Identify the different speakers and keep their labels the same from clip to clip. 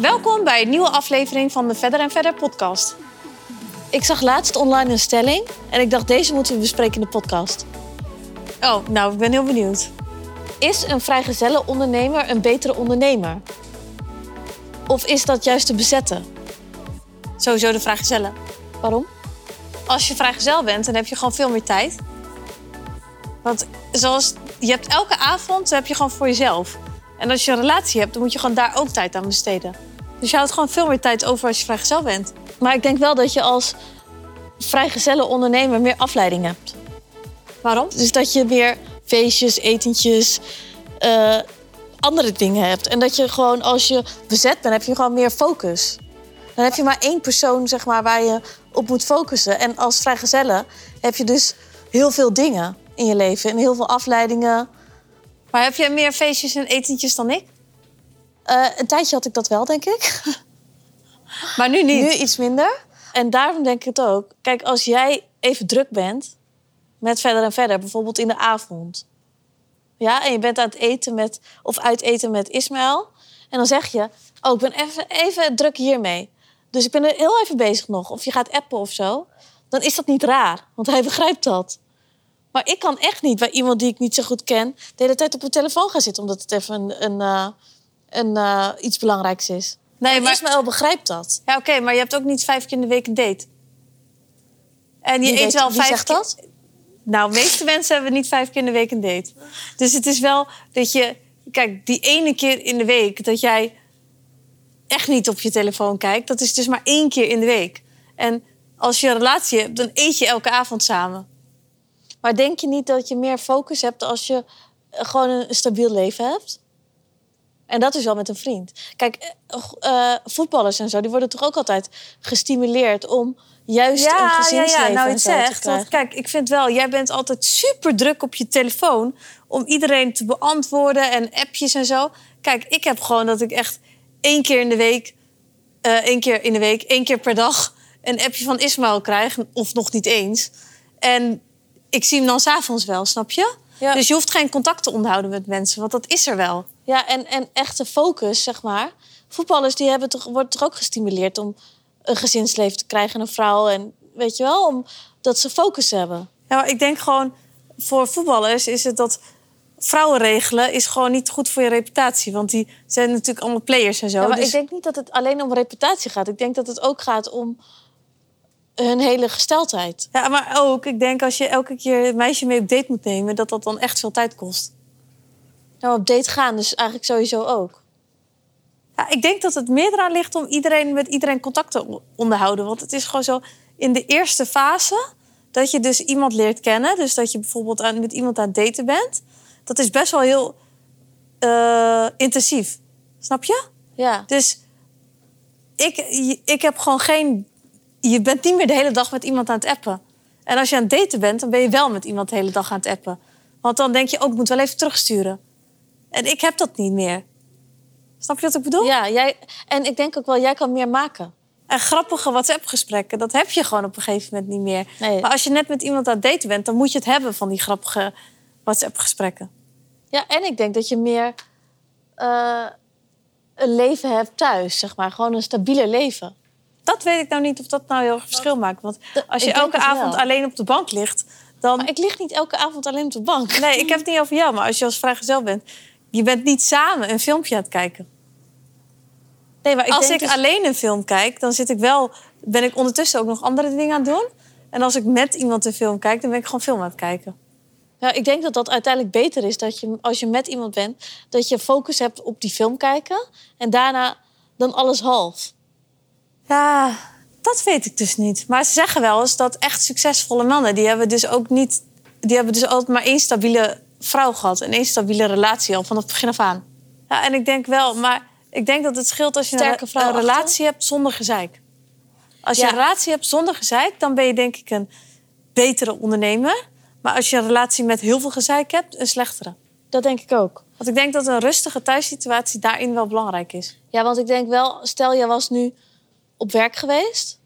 Speaker 1: Welkom bij een nieuwe aflevering van de Verder en Verder podcast.
Speaker 2: Ik zag laatst online een stelling en ik dacht deze moeten we bespreken in de podcast.
Speaker 1: Oh, nou, ik ben heel benieuwd.
Speaker 2: Is een vrijgezelle ondernemer een betere ondernemer? Of is dat juist te bezetten?
Speaker 1: Sowieso de vrijgezellen.
Speaker 2: Waarom?
Speaker 1: Als je vrijgezel bent, dan heb je gewoon veel meer tijd. Want zoals, je hebt elke avond heb je gewoon voor jezelf. En als je een relatie hebt, dan moet je gewoon daar ook tijd aan besteden. Dus je houdt gewoon veel meer tijd over als je vrijgezel bent.
Speaker 2: Maar ik denk wel dat je als vrijgezelle ondernemer meer afleiding hebt.
Speaker 1: Waarom?
Speaker 2: Dus dat je meer feestjes, etentjes, eh, andere dingen hebt. En dat je gewoon als je bezet bent, heb je gewoon meer focus. Dan heb je maar één persoon zeg maar, waar je op moet focussen. En als vrijgezelle heb je dus heel veel dingen in je leven. En heel veel afleidingen.
Speaker 1: Maar heb jij meer feestjes en etentjes dan ik?
Speaker 2: Eh, een tijdje had ik dat wel, denk ik.
Speaker 1: Maar nu niet.
Speaker 2: Nu iets minder. En daarom denk ik het ook. Kijk, als jij even druk bent met verder en verder, bijvoorbeeld in de avond. Ja, en je bent aan het eten met, of uit eten met Ismaël. En dan zeg je, oh, ik ben even, even druk hiermee. Dus ik ben er heel even bezig nog. Of je gaat appen of zo. Dan is dat niet raar, want hij begrijpt dat. Maar ik kan echt niet bij iemand die ik niet zo goed ken... de hele tijd op mijn telefoon gaan zitten... omdat het even een, een, eh, een, eh, iets belangrijks is.
Speaker 1: Nee, maar...
Speaker 2: Ismaël begrijpt dat.
Speaker 1: Ja, oké, maar je hebt ook niet vijf keer in de week een date. En
Speaker 2: Wie
Speaker 1: je eet
Speaker 2: weet-
Speaker 1: wel
Speaker 2: wie
Speaker 1: vijf
Speaker 2: zegt
Speaker 1: keer...
Speaker 2: dat?
Speaker 1: Nou, de meeste mensen hebben niet vijf keer in de week een date. Dus het is wel dat je... Kijk, die ene keer in de week dat jij echt niet op je telefoon kijkt... dat is dus maar één keer in de week. En als je een relatie hebt, dan eet je elke avond samen.
Speaker 2: Maar denk je niet dat je meer focus hebt als je eh, gewoon een stabiel leven hebt? En dat is wel met een vriend. Kijk, eh, go- eh, voetballers en zo, die worden toch ook altijd gestimuleerd om juist een gezinsleven
Speaker 1: nou
Speaker 2: en
Speaker 1: het
Speaker 2: zo te
Speaker 1: zegt. Want
Speaker 2: krijgen.
Speaker 1: kijk, ik vind wel, jij bent altijd super druk op je telefoon om iedereen te beantwoorden en appjes en zo. Kijk, ik heb gewoon dat ik echt één keer in de week, eh, één keer in de week, één keer per dag een appje van Ismaël krijg, of nog niet eens. En ik zie hem dan s'avonds wel, snap je?
Speaker 2: Ja.
Speaker 1: Dus je hoeft geen contact te onderhouden met mensen, want dat is er wel.
Speaker 2: Ja, en, en echte focus, zeg maar. Voetballers die hebben toch, worden toch ook gestimuleerd om een gezinsleven te krijgen en een vrouw. En weet je wel, omdat ze focus hebben.
Speaker 1: Ja, maar Nou, ik denk gewoon, voor voetballers is het dat vrouwen regelen is gewoon niet goed voor je reputatie. Want die zijn natuurlijk allemaal players en zo.
Speaker 2: Ja, maar
Speaker 1: dus-
Speaker 2: ik denk niet dat het alleen om reputatie gaat. Ik denk dat het ook gaat om hun hele gesteldheid.
Speaker 1: Ja, maar ook, ik denk als je elke keer een meisje mee op date moet nemen, dat dat dan echt veel tijd kost.
Speaker 2: Nou, op date gaan, dus eigenlijk sowieso ook.
Speaker 1: Ja, ik denk dat het meer eraan ligt om iedereen met iedereen contact te o- onderhouden. Want het is gewoon zo in de eerste fase dat je dus iemand leert kennen. Dus dat je bijvoorbeeld aan, met iemand aan het daten bent. Dat is best wel heel eh, intensief. Snap je?
Speaker 2: Ja.
Speaker 1: Dus ik, je- ik heb gewoon geen. Je bent niet meer de hele dag met iemand aan het appen. En als je aan het daten bent, dan ben je wel met iemand de hele dag aan het appen. Want dan denk je ook, ik moet wel even terugsturen. En ik heb dat niet meer. Snap je wat ik bedoel?
Speaker 2: ja jij, en ik denk ook wel, jij kan meer maken.
Speaker 1: En grappige WhatsApp-gesprekken, dat heb je gewoon op een gegeven moment niet meer.
Speaker 2: Nee.
Speaker 1: Maar als je net met iemand aan het daten bent, dan moet je het hebben van die grappige WhatsApp-gesprekken.
Speaker 2: Ja, en ik denk dat je meer eh, een leven hebt thuis, zeg maar. Gewoon een stabieler leven.
Speaker 1: Dat weet ik nou niet of dat nou heel erg verschil maakt. Want
Speaker 2: Dat-
Speaker 1: als je
Speaker 2: ik denk
Speaker 1: elke
Speaker 2: het wel.
Speaker 1: avond alleen op de bank ligt, dan
Speaker 2: Maar ik lig niet elke avond alleen op de bank.
Speaker 1: Nee, ik heb het niet over jou, maar als je als vrijgezel bent, je bent niet samen een filmpje aan het kijken.
Speaker 2: Nee, maar
Speaker 1: als ik
Speaker 2: denk dus-
Speaker 1: alleen een film kijk, dan zit ik wel, ben ik ondertussen ook nog andere dingen aan het doen. En als ik met iemand een film kijk, dan ben ik gewoon film aan het kijken.
Speaker 2: Ja, ik denk dat dat uiteindelijk beter is dat je, als je met iemand bent, dat je focus hebt op die film kijken en daarna dan alles half.
Speaker 1: Ja, dat weet ik dus niet. Maar ze zeggen wel eens dat echt succesvolle mannen, die hebben dus ook niet, die hebben dus altijd maar één stabiele vrouw gehad en één stabiele relatie al vanaf het begin af aan. Ja, en ik denk wel, maar ik denk dat het scheelt als je een-
Speaker 2: Sterke vrouw
Speaker 1: een
Speaker 2: achter.
Speaker 1: relatie hebt zonder gezeik. Als je
Speaker 2: Ja.
Speaker 1: een relatie hebt zonder gezeik, dan ben je denk ik een betere ondernemer. Maar als je een relatie met heel veel gezeik hebt, een slechtere.
Speaker 2: Dat denk ik ook.
Speaker 1: Want ik denk dat een rustige thuissituatie daarin wel belangrijk is.
Speaker 2: Ja, want ik denk wel, stel jij was nu op werk geweest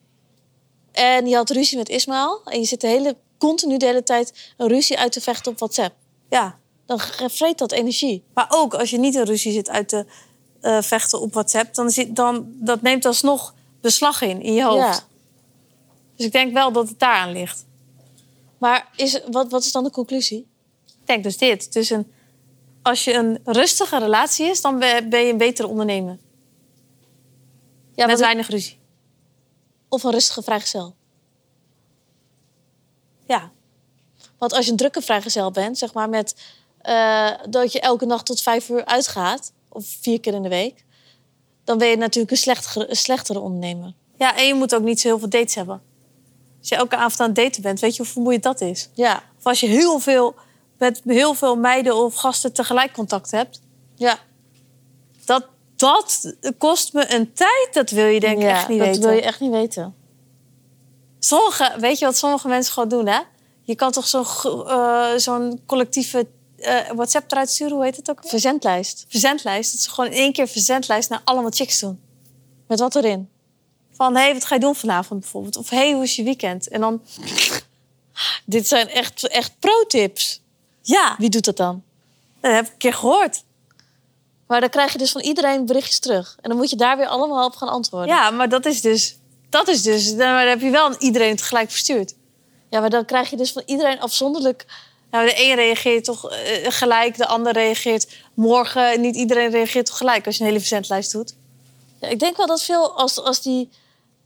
Speaker 2: en je had ruzie met Ismaël en je zit de hele, continu de hele tijd een ruzie uit te vechten op WhatsApp.
Speaker 1: Ja,
Speaker 2: Dan ge- vreet dat energie.
Speaker 1: Maar ook als je niet in ruzie zit uit te eh, vechten op WhatsApp, dan, zit, dan dat neemt alsnog beslag in, in je hoofd.
Speaker 2: Ja.
Speaker 1: Dus ik denk wel dat het daaraan ligt.
Speaker 2: Maar is, wat, wat is dan de conclusie?
Speaker 1: Ik denk dus dit. Dus een, als je een rustige relatie is, dan ben ben je een betere ondernemer.
Speaker 2: Ja,
Speaker 1: met
Speaker 2: want-
Speaker 1: weinig ruzie.
Speaker 2: of een rustige vrijgezel.
Speaker 1: Ja.
Speaker 2: Want als je een drukke vrijgezel bent, zeg maar met eh, dat je elke nacht tot vijf uur uitgaat, of vier keer in de week, dan ben je natuurlijk een, slecht, een slechtere ondernemer.
Speaker 1: ja, en je moet ook niet zo heel veel dates hebben. Als je elke avond aan het daten bent, weet je hoe vermoeiend dat is?
Speaker 2: Ja,
Speaker 1: Of als je heel veel met heel veel meiden of gasten tegelijk contact hebt.
Speaker 2: ja.
Speaker 1: Dat, dat kost me een tijd, dat wil je denk ik
Speaker 2: Ja,
Speaker 1: echt niet
Speaker 2: dat
Speaker 1: weten.
Speaker 2: wil je echt niet weten.
Speaker 1: Sommige, weet je wat sommige mensen gewoon doen, hè? Je kan toch zo'n gro- eh, zo'n collectieve eh, WhatsApp eruit sturen, hoe heet het ook? alweer?
Speaker 2: Verzendlijst.
Speaker 1: Verzendlijst. Dat ze gewoon in één keer verzendlijst naar allemaal chicks doen.
Speaker 2: Met wat erin?
Speaker 1: Van, hé, hey, wat ga je doen vanavond bijvoorbeeld? Of, hé, hey, hoe is je weekend? En dan,
Speaker 2: Dit zijn echt, echt pro-tips.
Speaker 1: ja,
Speaker 2: Wie doet dat dan?
Speaker 1: dat heb ik een keer gehoord.
Speaker 2: Maar dan krijg je dus van iedereen berichtjes terug. En dan moet je daar weer allemaal op gaan antwoorden.
Speaker 1: Ja, maar dat is dus, dat is dus, dan dan heb je wel iedereen het gelijk verstuurd.
Speaker 2: Ja, maar dan krijg je dus van iedereen afzonderlijk...
Speaker 1: Nou, de een reageert toch eh, gelijk, de ander reageert morgen. Niet iedereen reageert toch gelijk als je een hele verzendlijst doet.
Speaker 2: Ja, ik denk wel dat veel, als, als die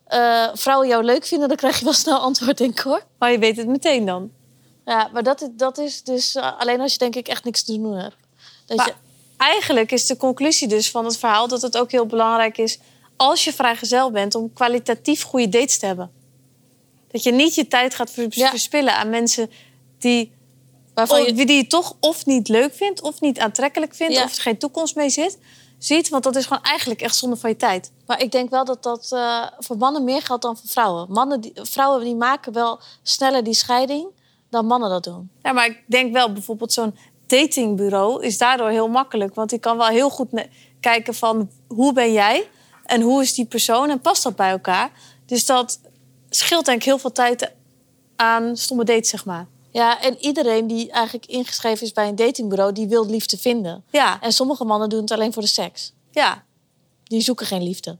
Speaker 2: eh, vrouwen jou leuk vinden... dan krijg je wel snel antwoord, denk ik hoor.
Speaker 1: Maar je weet het meteen dan.
Speaker 2: Ja, maar dat, is- dat is dus eh, alleen als je denk ik echt niks te doen hebt. Dat
Speaker 1: Maar
Speaker 2: je,
Speaker 1: Dus eigenlijk is de conclusie dus van het verhaal dat het ook heel belangrijk is als je vrijgezel bent om kwalitatief goede dates te hebben. Dat je niet je tijd gaat vers-
Speaker 2: Ja.
Speaker 1: verspillen aan mensen die,
Speaker 2: waarvan
Speaker 1: of-
Speaker 2: je,
Speaker 1: die je toch of niet leuk vindt, of niet aantrekkelijk vindt,
Speaker 2: Ja.
Speaker 1: of er geen toekomst mee zit. Ziet, want dat is gewoon eigenlijk echt zonde van je tijd.
Speaker 2: maar ik denk wel dat dat eh, voor mannen meer geldt dan voor vrouwen. Mannen die, vrouwen die maken wel sneller die scheiding dan mannen dat doen.
Speaker 1: Ja, Nou, maar ik denk wel bijvoorbeeld zo'n datingbureau is daardoor heel makkelijk. Want die kan wel heel goed ne- kijken van hoe ben jij en hoe is die persoon en past dat bij elkaar. Dus dat scheelt denk ik heel veel tijd aan stomme dates, zeg maar.
Speaker 2: Ja, en iedereen die eigenlijk ingeschreven is bij een datingbureau... die wil liefde vinden.
Speaker 1: Ja,
Speaker 2: En sommige mannen doen het alleen voor de seks.
Speaker 1: ja.
Speaker 2: Die zoeken geen liefde.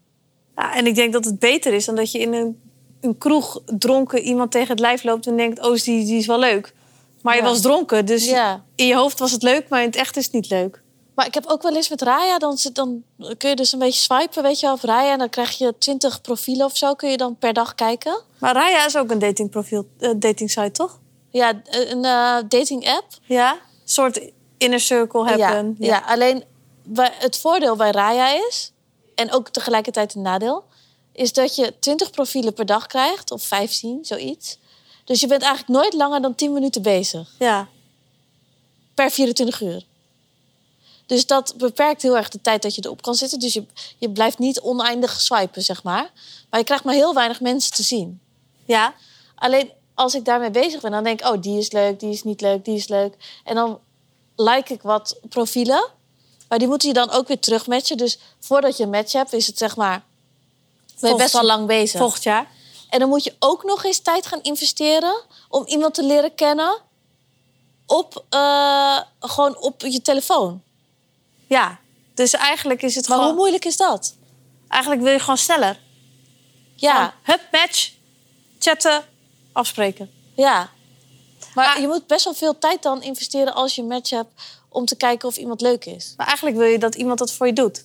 Speaker 1: ja en ik denk dat het beter is dan dat je in een, een kroeg dronken iemand tegen het lijf loopt en denkt, oh, die, die is wel leuk. Maar je
Speaker 2: Ja.
Speaker 1: was dronken, dus
Speaker 2: Ja.
Speaker 1: in je hoofd was het leuk, maar in het echt is het niet leuk.
Speaker 2: Maar ik heb ook wel eens met Raya, dan, zit- dan kun je dus een beetje swipen, weet je wel, of Raya. En dan krijg je twintig profielen of zo, kun je dan per dag kijken.
Speaker 1: Maar Raya is ook een datingprofiel, eh, datingsite, toch?
Speaker 2: Ja, een eh, dating app.
Speaker 1: Ja, een soort inner circle hebben.
Speaker 2: Ja, ja, alleen bij- het voordeel bij Raya is, en ook tegelijkertijd een nadeel, is dat je 20 profielen per dag krijgt, of 15, zoiets. Dus je bent eigenlijk nooit langer dan 10 minuten bezig,
Speaker 1: Ja.
Speaker 2: per 24 uur. Dus dat beperkt heel erg de tijd dat je erop kan zitten. Dus je, je blijft niet oneindig swipen, zeg maar. Maar je krijgt maar heel weinig mensen te zien.
Speaker 1: ja.
Speaker 2: Alleen als ik daarmee bezig ben, dan denk ik: oh, die is leuk, die is niet leuk, die is leuk. En dan like ik wat profielen. Maar die moeten je dan ook weer terugmatchen. Dus voordat je een match hebt, is het zeg maar. Ben je
Speaker 1: Volgend-
Speaker 2: best wel lang bezig.
Speaker 1: Volgend jaar.
Speaker 2: En dan moet je ook nog eens tijd gaan investeren. om iemand te leren kennen. op. eh, gewoon op je telefoon.
Speaker 1: Ja. Dus eigenlijk is het
Speaker 2: Maar hoe
Speaker 1: gewoon...
Speaker 2: moeilijk is dat?
Speaker 1: Eigenlijk wil je gewoon sneller.
Speaker 2: Ja,
Speaker 1: Gewoon, Hup, match. Chatten. Afspreken.
Speaker 2: ja. Maar
Speaker 1: Ah.
Speaker 2: je moet best wel veel tijd dan investeren als je een match hebt. om te kijken of iemand leuk is.
Speaker 1: Maar eigenlijk wil je dat iemand dat voor je doet.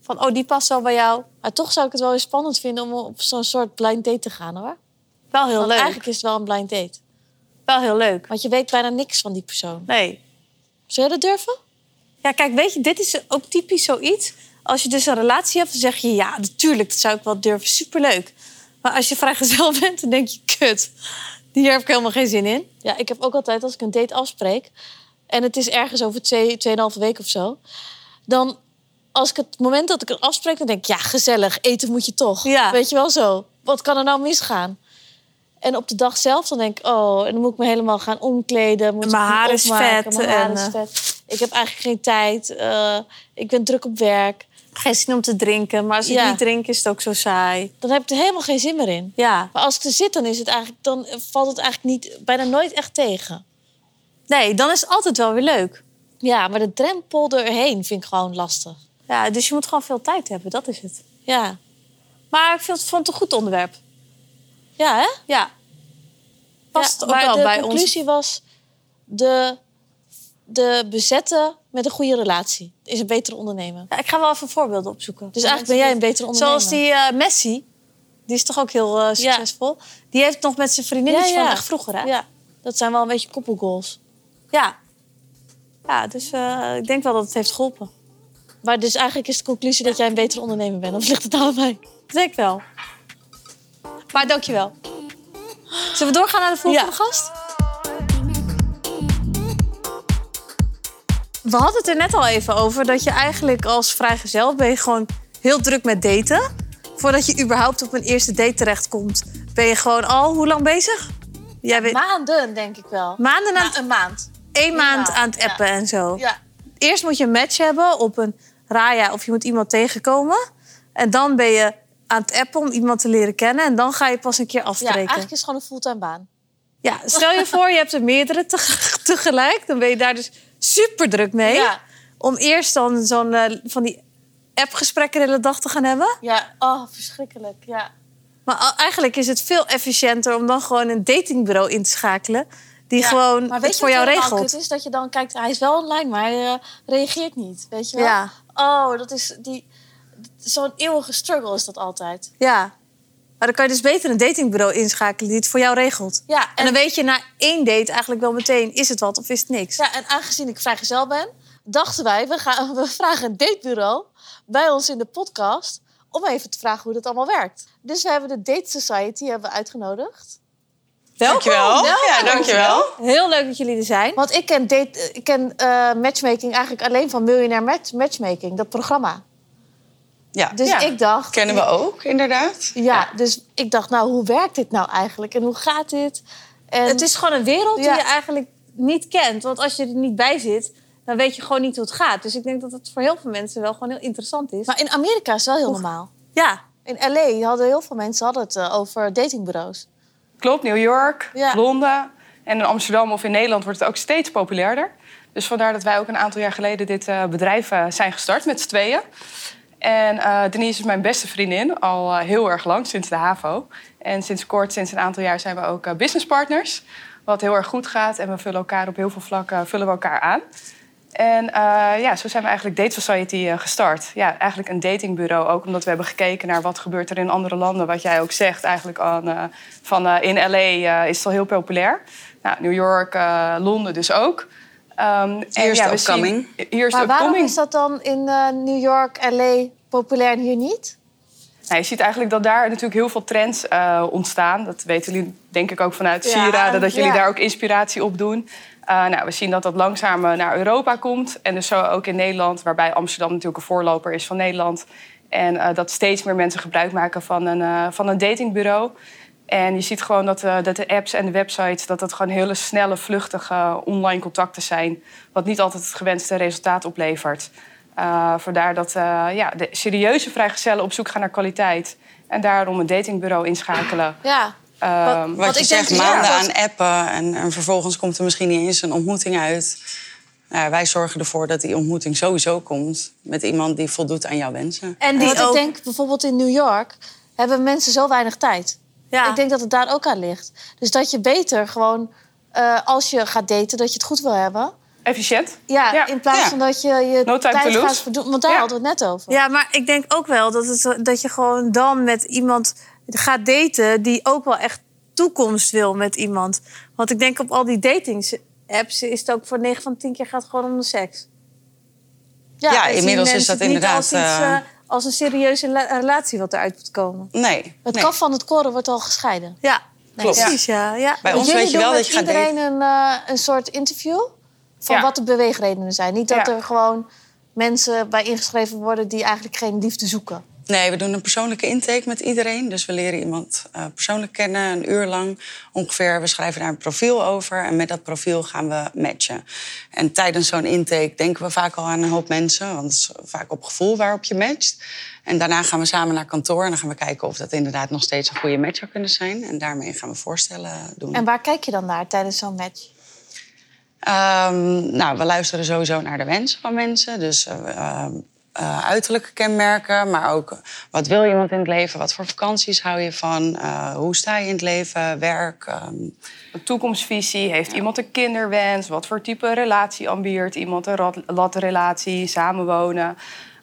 Speaker 1: Van, oh, die past wel bij jou.
Speaker 2: Maar toch zou ik het wel weer spannend vinden om op zo'n soort blind date te gaan hoor.
Speaker 1: Wel heel
Speaker 2: Want
Speaker 1: leuk.
Speaker 2: eigenlijk is het wel een blind date.
Speaker 1: Wel heel leuk.
Speaker 2: Want je weet bijna niks van die persoon.
Speaker 1: Nee.
Speaker 2: Zou jij dat durven?
Speaker 1: Ja, kijk, weet je, dit is ook typisch zoiets. Als je dus een relatie hebt, dan zeg je ja, natuurlijk, dat zou ik wel durven, superleuk. Maar als je vrijgezel bent, dan denk je, kut, hier heb ik helemaal geen zin in.
Speaker 2: Ja, ik heb ook altijd als ik een date afspreek. en het is ergens over twee, tweeënhalve week of zo. dan als ik het moment dat ik het afspreek. dan denk ik ja, gezellig, eten moet je toch.
Speaker 1: Ja.
Speaker 2: Weet je wel zo. Wat kan er nou misgaan? En op de dag zelf dan denk ik, oh, en dan moet ik me helemaal gaan omkleden. Moet
Speaker 1: En mijn
Speaker 2: ik me
Speaker 1: haar is
Speaker 2: opmaken,
Speaker 1: vet
Speaker 2: Mijn haar
Speaker 1: en,
Speaker 2: is
Speaker 1: eh,
Speaker 2: vet. Ik heb eigenlijk geen tijd. eh, ik ben druk op werk.
Speaker 1: Geen zin om te drinken, maar als ik
Speaker 2: Ja.
Speaker 1: niet drink, is het ook zo saai.
Speaker 2: dan heb ik er helemaal geen zin meer in.
Speaker 1: Ja,
Speaker 2: Maar als ik er zit, dan, is het eigenlijk, dan valt het eigenlijk niet, bijna nooit echt tegen.
Speaker 1: nee, dan is het altijd wel weer leuk.
Speaker 2: Ja, maar de drempel erheen vind ik gewoon lastig.
Speaker 1: Ja, dus je moet gewoon veel tijd hebben, dat is het.
Speaker 2: Ja.
Speaker 1: Maar ik vind het vond het een goed onderwerp.
Speaker 2: Ja, hè?
Speaker 1: Ja. Past
Speaker 2: ja,
Speaker 1: ook wel
Speaker 2: de
Speaker 1: bij ons.
Speaker 2: conclusie was... De, de bezetten met een goede relatie is een betere ondernemer.
Speaker 1: Ja, ik ga wel even voorbeelden opzoeken.
Speaker 2: Dus eigenlijk ben jij een betere ondernemer.
Speaker 1: Zoals die eh, Messi, die is toch ook heel eh, succesvol. Die heeft nog met zijn vriendinnetje
Speaker 2: Ja, ja.
Speaker 1: van echt vroeger, hè?
Speaker 2: Ja, dat zijn wel een beetje koppelgoals.
Speaker 1: Ja, Ja, dus eh, ik denk wel dat het heeft geholpen.
Speaker 2: Maar dus eigenlijk is de conclusie dat jij een betere ondernemer bent. Of ligt het aan mij?
Speaker 1: Dat denk ik wel. Maar dankjewel. Zullen we doorgaan naar de volgende
Speaker 2: Ja.
Speaker 1: gast? We hadden het er net al even over dat je eigenlijk als vrijgezel ben je gewoon heel druk met daten. Voordat je überhaupt op een eerste date terechtkomt, ben je gewoon al hoe lang bezig? Jij bent
Speaker 2: Maanden, denk ik wel.
Speaker 1: maanden aan
Speaker 2: Na
Speaker 1: het,
Speaker 2: een maand.
Speaker 1: één maand
Speaker 2: ja,
Speaker 1: aan het appen en zo.
Speaker 2: Ja.
Speaker 1: Eerst moet je een match hebben op een raya of je moet iemand tegenkomen. En dan ben je aan het appen om iemand te leren kennen. En dan ga je pas een keer
Speaker 2: ja,
Speaker 1: afspreken.
Speaker 2: eigenlijk is het gewoon een fulltime baan.
Speaker 1: Ja, stel je voor, je hebt er meerdere teg- tegelijk. Dan ben je daar dus super druk mee.
Speaker 2: Ja.
Speaker 1: Om eerst dan zo'n eh, van die appgesprekken de hele dag te gaan hebben.
Speaker 2: Ja, oh, verschrikkelijk. Ja.
Speaker 1: Maar a- eigenlijk is het veel efficiënter om dan gewoon een datingbureau in te schakelen. Die
Speaker 2: Ja,
Speaker 1: gewoon
Speaker 2: maar weet
Speaker 1: het
Speaker 2: je
Speaker 1: voor
Speaker 2: wat
Speaker 1: jou
Speaker 2: helemaal kut
Speaker 1: regelt.
Speaker 2: is dat je dan kijkt, hij is wel online, maar hij eh, reageert niet. Weet je wel?
Speaker 1: Ja,
Speaker 2: Oh, dat is die. Zo'n eeuwige struggle is dat altijd.
Speaker 1: ja. Maar dan kan je dus beter een datingbureau inschakelen die het voor jou regelt.
Speaker 2: Ja, en,
Speaker 1: En dan weet je na één date eigenlijk wel meteen, is het wat of is het niks?
Speaker 2: ja, en aangezien ik vrijgezel ben, dachten wij, we, gaan, we vragen een datebureau bij ons in de podcast om even te vragen hoe dat allemaal werkt. Dus we hebben de Date Society hebben we uitgenodigd.
Speaker 3: Dankjewel. Ja, Oh, nou, dankjewel.
Speaker 1: Heel leuk dat jullie er zijn.
Speaker 2: Want ik ken, date, eh, ik ken eh, matchmaking eigenlijk alleen van Millionaire Match- Matchmaking, dat programma.
Speaker 3: Ja,
Speaker 2: Dus
Speaker 3: ja.
Speaker 2: ik dacht.
Speaker 3: kennen we ook, inderdaad.
Speaker 2: Ja, dus ik dacht, nou, hoe werkt dit nou eigenlijk? En hoe gaat dit? En
Speaker 1: Het is gewoon een wereld
Speaker 2: Ja.
Speaker 1: die je eigenlijk niet kent. Want als je er niet bij zit, dan weet je gewoon niet hoe het gaat. Dus ik denk dat het voor heel veel mensen wel gewoon heel interessant is.
Speaker 2: Maar in Amerika is het wel heel normaal.
Speaker 1: ja,
Speaker 2: In LA hadden heel veel mensen hadden het eh, over datingbureaus.
Speaker 3: Klopt, New York,
Speaker 2: Ja.
Speaker 3: Londen en in Amsterdam of in Nederland wordt het ook steeds populairder. Dus vandaar dat wij ook een aantal jaar geleden dit eh, bedrijf eh, zijn gestart met z'n tweeën. En eh, Denise is mijn beste vriendin, al eh, heel erg lang, sinds de HAVO. En sinds kort, sinds een aantal jaar, zijn we ook eh, businesspartners. Wat heel erg goed gaat en we vullen elkaar op heel veel vlakken vullen we elkaar aan. En eh, ja, zo zijn we eigenlijk Date Society eh, gestart. Ja, eigenlijk een datingbureau ook, omdat we hebben gekeken naar wat gebeurt er in andere landen. Wat jij ook zegt eigenlijk aan, eh, van eh, in LA eh, is het al heel populair. Nou, New York, eh, Londen dus ook. Um,
Speaker 4: Hier is de opkoming.
Speaker 3: Hier is de
Speaker 2: Maar waarom
Speaker 3: opkoming.
Speaker 2: is dat dan in eh, New York, LA populair en hier niet?
Speaker 3: Nou, je ziet eigenlijk dat daar natuurlijk heel veel trends eh, ontstaan. Dat weten jullie denk ik ook vanuit sieraden, dat jullie
Speaker 2: ja.
Speaker 3: daar ook inspiratie op doen. Eh, nou, we zien dat dat langzaam eh, naar Europa komt. En dus zo ook in Nederland, waarbij Amsterdam natuurlijk een voorloper is van Nederland. En eh, dat steeds meer mensen gebruik maken van een, eh, van een datingbureau. En je ziet gewoon dat, eh, dat de apps en de websites... dat dat gewoon hele snelle, vluchtige eh, online contacten zijn... wat niet altijd het gewenste resultaat oplevert. Eh, vandaar dat eh, ja, de serieuze vrijgezellen op zoek gaan naar kwaliteit... en daarom een datingbureau inschakelen.
Speaker 2: Ja.
Speaker 3: Ehm,
Speaker 4: Wat
Speaker 2: Want
Speaker 4: je
Speaker 2: ik denk
Speaker 4: zegt,
Speaker 2: dat jij
Speaker 4: maanden
Speaker 2: ook
Speaker 4: aan appen en, en vervolgens komt er misschien niet eens een ontmoeting uit. Nou ja, wij zorgen ervoor dat die ontmoeting sowieso komt met iemand die voldoet aan jouw wensen.
Speaker 1: en die
Speaker 2: Want
Speaker 1: ook.
Speaker 2: ik denk bijvoorbeeld in New York hebben mensen zo weinig tijd.
Speaker 1: ja.
Speaker 2: Ik denk dat het daar ook aan ligt. Dus dat je beter gewoon, eh, als je gaat daten, dat je het goed wil hebben.
Speaker 3: efficiënt.
Speaker 2: Ja,
Speaker 3: Ja.
Speaker 2: in plaats
Speaker 4: Ja.
Speaker 2: van dat je je
Speaker 3: No time to
Speaker 2: tijd gaat
Speaker 3: lose.
Speaker 2: verdoen. Want daar
Speaker 3: Ja.
Speaker 2: hadden we het net over.
Speaker 1: ja, maar ik denk ook wel dat, het, dat je gewoon dan met iemand gaat daten die ook wel echt toekomst wil met iemand. Want ik denk op al die dating-apps is het ook voor 9 van 10 keer gaat het gewoon om de seks.
Speaker 4: Ja,
Speaker 1: En zien
Speaker 4: inmiddels is
Speaker 1: mensen
Speaker 4: dat
Speaker 1: het niet
Speaker 4: inderdaad,
Speaker 1: Als, iets,
Speaker 4: eh,
Speaker 1: eh, als een serieuze la- relatie wat eruit moet komen.
Speaker 4: Nee.
Speaker 2: Het
Speaker 4: nee.
Speaker 2: kaf van het koren wordt al gescheiden.
Speaker 1: Ja,
Speaker 4: Klopt.
Speaker 1: precies. Ja, ja.
Speaker 4: Bij ons
Speaker 2: Jullie
Speaker 4: weet je wel
Speaker 2: doen
Speaker 4: dat je
Speaker 2: met
Speaker 4: gaat daten.
Speaker 2: iedereen een, eh, een soort interview van
Speaker 3: Ja.
Speaker 2: wat de beweegredenen zijn. Niet dat
Speaker 3: Ja.
Speaker 2: er gewoon mensen bij ingeschreven worden die eigenlijk geen liefde zoeken.
Speaker 4: Nee, we doen een persoonlijke intake met iedereen. Dus we leren iemand eh, persoonlijk kennen, een uur lang ongeveer. We schrijven daar een profiel over en met dat profiel gaan we matchen. En tijdens zo'n intake denken we vaak al aan een hoop mensen, want het is vaak op gevoel waarop je matcht. En daarna gaan we samen naar kantoor en dan gaan we kijken of dat inderdaad nog steeds een goede match zou kunnen zijn. En daarmee gaan we voorstellen doen.
Speaker 2: En waar kijk je dan naar tijdens zo'n match?
Speaker 4: Ehm, nou, we luisteren sowieso naar de wensen van mensen. Dus eh, ehm, eh, uiterlijke kenmerken, maar ook eh, wat wil iemand in het leven? Wat voor vakanties hou je van? eh, hoe sta je in het leven? Werk? ehm,
Speaker 3: Een toekomstvisie, heeft iemand een kinderwens? Wat voor type relatie ambieert iemand? Een rat- latrelatie, samenwonen?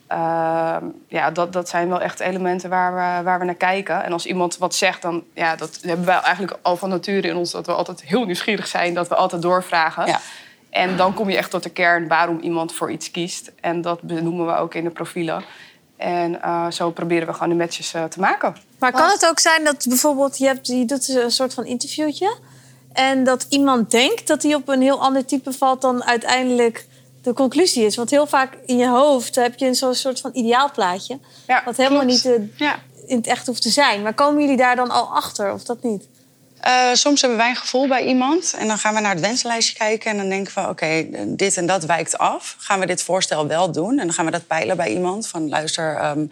Speaker 3: Ehm, ja, dat, dat zijn wel echt elementen waar we, waar we naar kijken. En als iemand wat zegt, dan ja, dat hebben wij eigenlijk al van nature in ons... dat we altijd heel nieuwsgierig zijn, dat we altijd doorvragen.
Speaker 4: Ja.
Speaker 3: En dan kom je echt tot de kern waarom iemand voor iets kiest. En dat benoemen we ook in de profielen. En eh, zo proberen we gewoon de matches eh, te maken.
Speaker 1: Maar kan het ook zijn dat bijvoorbeeld je, hebt, je doet een soort van interviewtje en dat iemand denkt dat hij op een heel ander type valt dan uiteindelijk de conclusie is? Want heel vaak in je hoofd heb je een zo'n soort van ideaalplaatje,
Speaker 3: Ja,
Speaker 1: wat helemaal
Speaker 3: klopt.
Speaker 1: niet eh,
Speaker 4: ja.
Speaker 1: in het echt hoeft te zijn. Maar komen jullie daar dan al achter of dat niet?
Speaker 4: Eh, soms hebben wij een gevoel bij iemand en dan gaan we naar het wensenlijstje kijken en dan denken we, oké, eh, dit en dat wijkt af. Gaan we dit voorstel wel doen? En dan gaan we dat peilen bij iemand van, luister, ehm,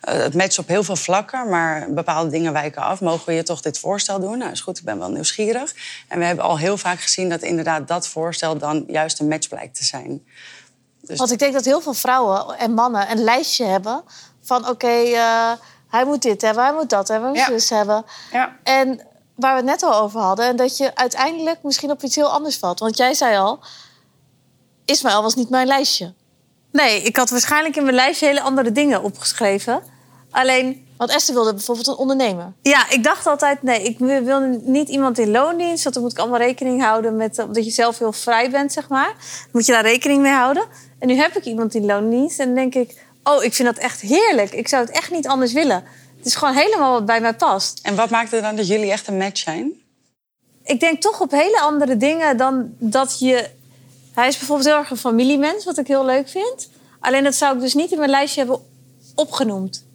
Speaker 4: eh, het matcht op heel veel vlakken, maar bepaalde dingen wijken af. Mogen we je toch dit voorstel doen? Nou, is goed, ik ben wel nieuwsgierig. En we hebben al heel vaak gezien dat inderdaad dat voorstel dan juist een match blijkt te zijn. Dus
Speaker 2: Want ik denk dat heel veel vrouwen en mannen een lijstje hebben van oké, eh, hij moet dit hebben, hij moet dat hebben, hij moet
Speaker 3: Ja.
Speaker 2: zus hebben.
Speaker 3: Ja.
Speaker 2: En waar we het net al over hadden, en dat je uiteindelijk misschien op iets heel anders valt. Want jij zei al, Ismaël was niet mijn lijstje.
Speaker 1: Nee, ik had waarschijnlijk in mijn lijstje hele andere dingen opgeschreven. Alleen
Speaker 2: Want Esther wilde bijvoorbeeld een ondernemer.
Speaker 1: Ja, ik dacht altijd, nee, ik wil- wil niet iemand in loondienst. Want dan moet ik allemaal rekening houden met eh, dat je zelf heel vrij bent, zeg maar. Dan moet je daar rekening mee houden. En nu heb ik iemand in loondienst en dan denk ik, oh, ik vind dat echt heerlijk. Ik zou het echt niet anders willen. Het is gewoon helemaal wat bij mij past.
Speaker 4: En wat maakt het dan dat jullie echt een match zijn?
Speaker 1: Ik denk toch op hele andere dingen dan dat je. Hij is bijvoorbeeld heel erg een familiemens, wat ik heel leuk vind. Alleen dat zou ik dus niet in mijn lijstje hebben opgenoemd.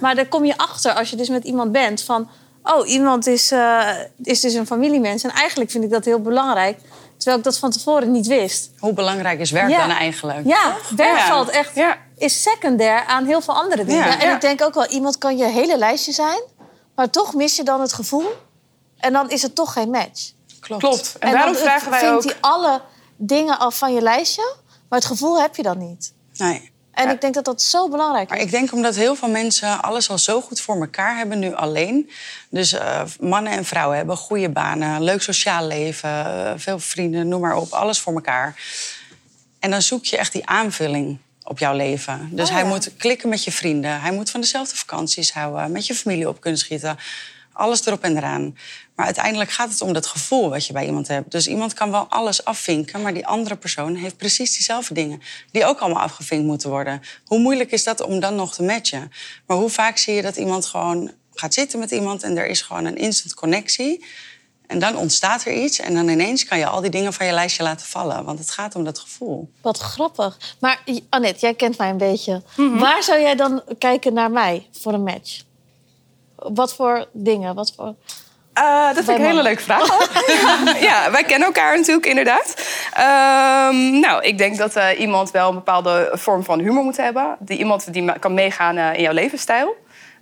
Speaker 1: Maar daar kom je achter als je dus met iemand bent van... oh, iemand is, eh, is dus een familiemens. En eigenlijk vind ik dat heel belangrijk. Terwijl ik dat van tevoren niet wist.
Speaker 4: Hoe belangrijk is werk
Speaker 1: Ja.
Speaker 4: dan eigenlijk?
Speaker 1: Ja, werk
Speaker 3: Ja.
Speaker 1: valt echt...
Speaker 3: Ja.
Speaker 1: is secundair aan heel veel andere dingen.
Speaker 4: Ja.
Speaker 2: En ik denk ook wel, iemand kan je hele lijstje zijn, maar toch mis je dan het gevoel. En dan is het toch geen match.
Speaker 3: Klopt. En, daarom
Speaker 2: dan
Speaker 3: vragen wij
Speaker 2: vindt
Speaker 3: ook...
Speaker 2: hij alle dingen af van je lijstje, maar het gevoel heb je dan niet.
Speaker 4: Nee.
Speaker 2: En ik denk dat dat zo belangrijk is.
Speaker 4: Maar ik denk omdat heel veel mensen alles al zo goed voor elkaar hebben nu alleen. Dus eh, mannen en vrouwen hebben goede banen, leuk sociaal leven, eh, veel vrienden, noem maar op. Alles voor elkaar. En dan zoek je echt die aanvulling op jouw leven. Dus hij moet klikken met je vrienden. Hij moet van dezelfde vakanties houden. Met je familie op kunnen schieten. Alles erop en eraan. Maar uiteindelijk gaat het om dat gevoel wat je bij iemand hebt. Dus iemand kan wel alles afvinken, maar die andere persoon heeft precies diezelfde dingen. Die ook allemaal afgevinkt moeten worden. Hoe moeilijk is dat om dan nog te matchen? Maar hoe vaak zie je dat iemand gewoon gaat zitten met iemand en er is gewoon een instant connectie. En dan ontstaat er iets en dan ineens kan je al die dingen van je lijstje laten vallen. Want het gaat om dat gevoel.
Speaker 2: Wat grappig. Maar J- Annette, jij kent mij een beetje. Waar zou jij dan kijken naar mij voor een match? Wat voor dingen? Wat voor...
Speaker 3: Eh, dat vind ik een hele
Speaker 2: mannen.
Speaker 3: leuke vraag. ook. ja, wij kennen elkaar natuurlijk inderdaad. Ehm, nou, ik denk dat eh, iemand wel een bepaalde vorm van humor moet hebben. Die, iemand die ma- kan meegaan eh, in jouw levensstijl.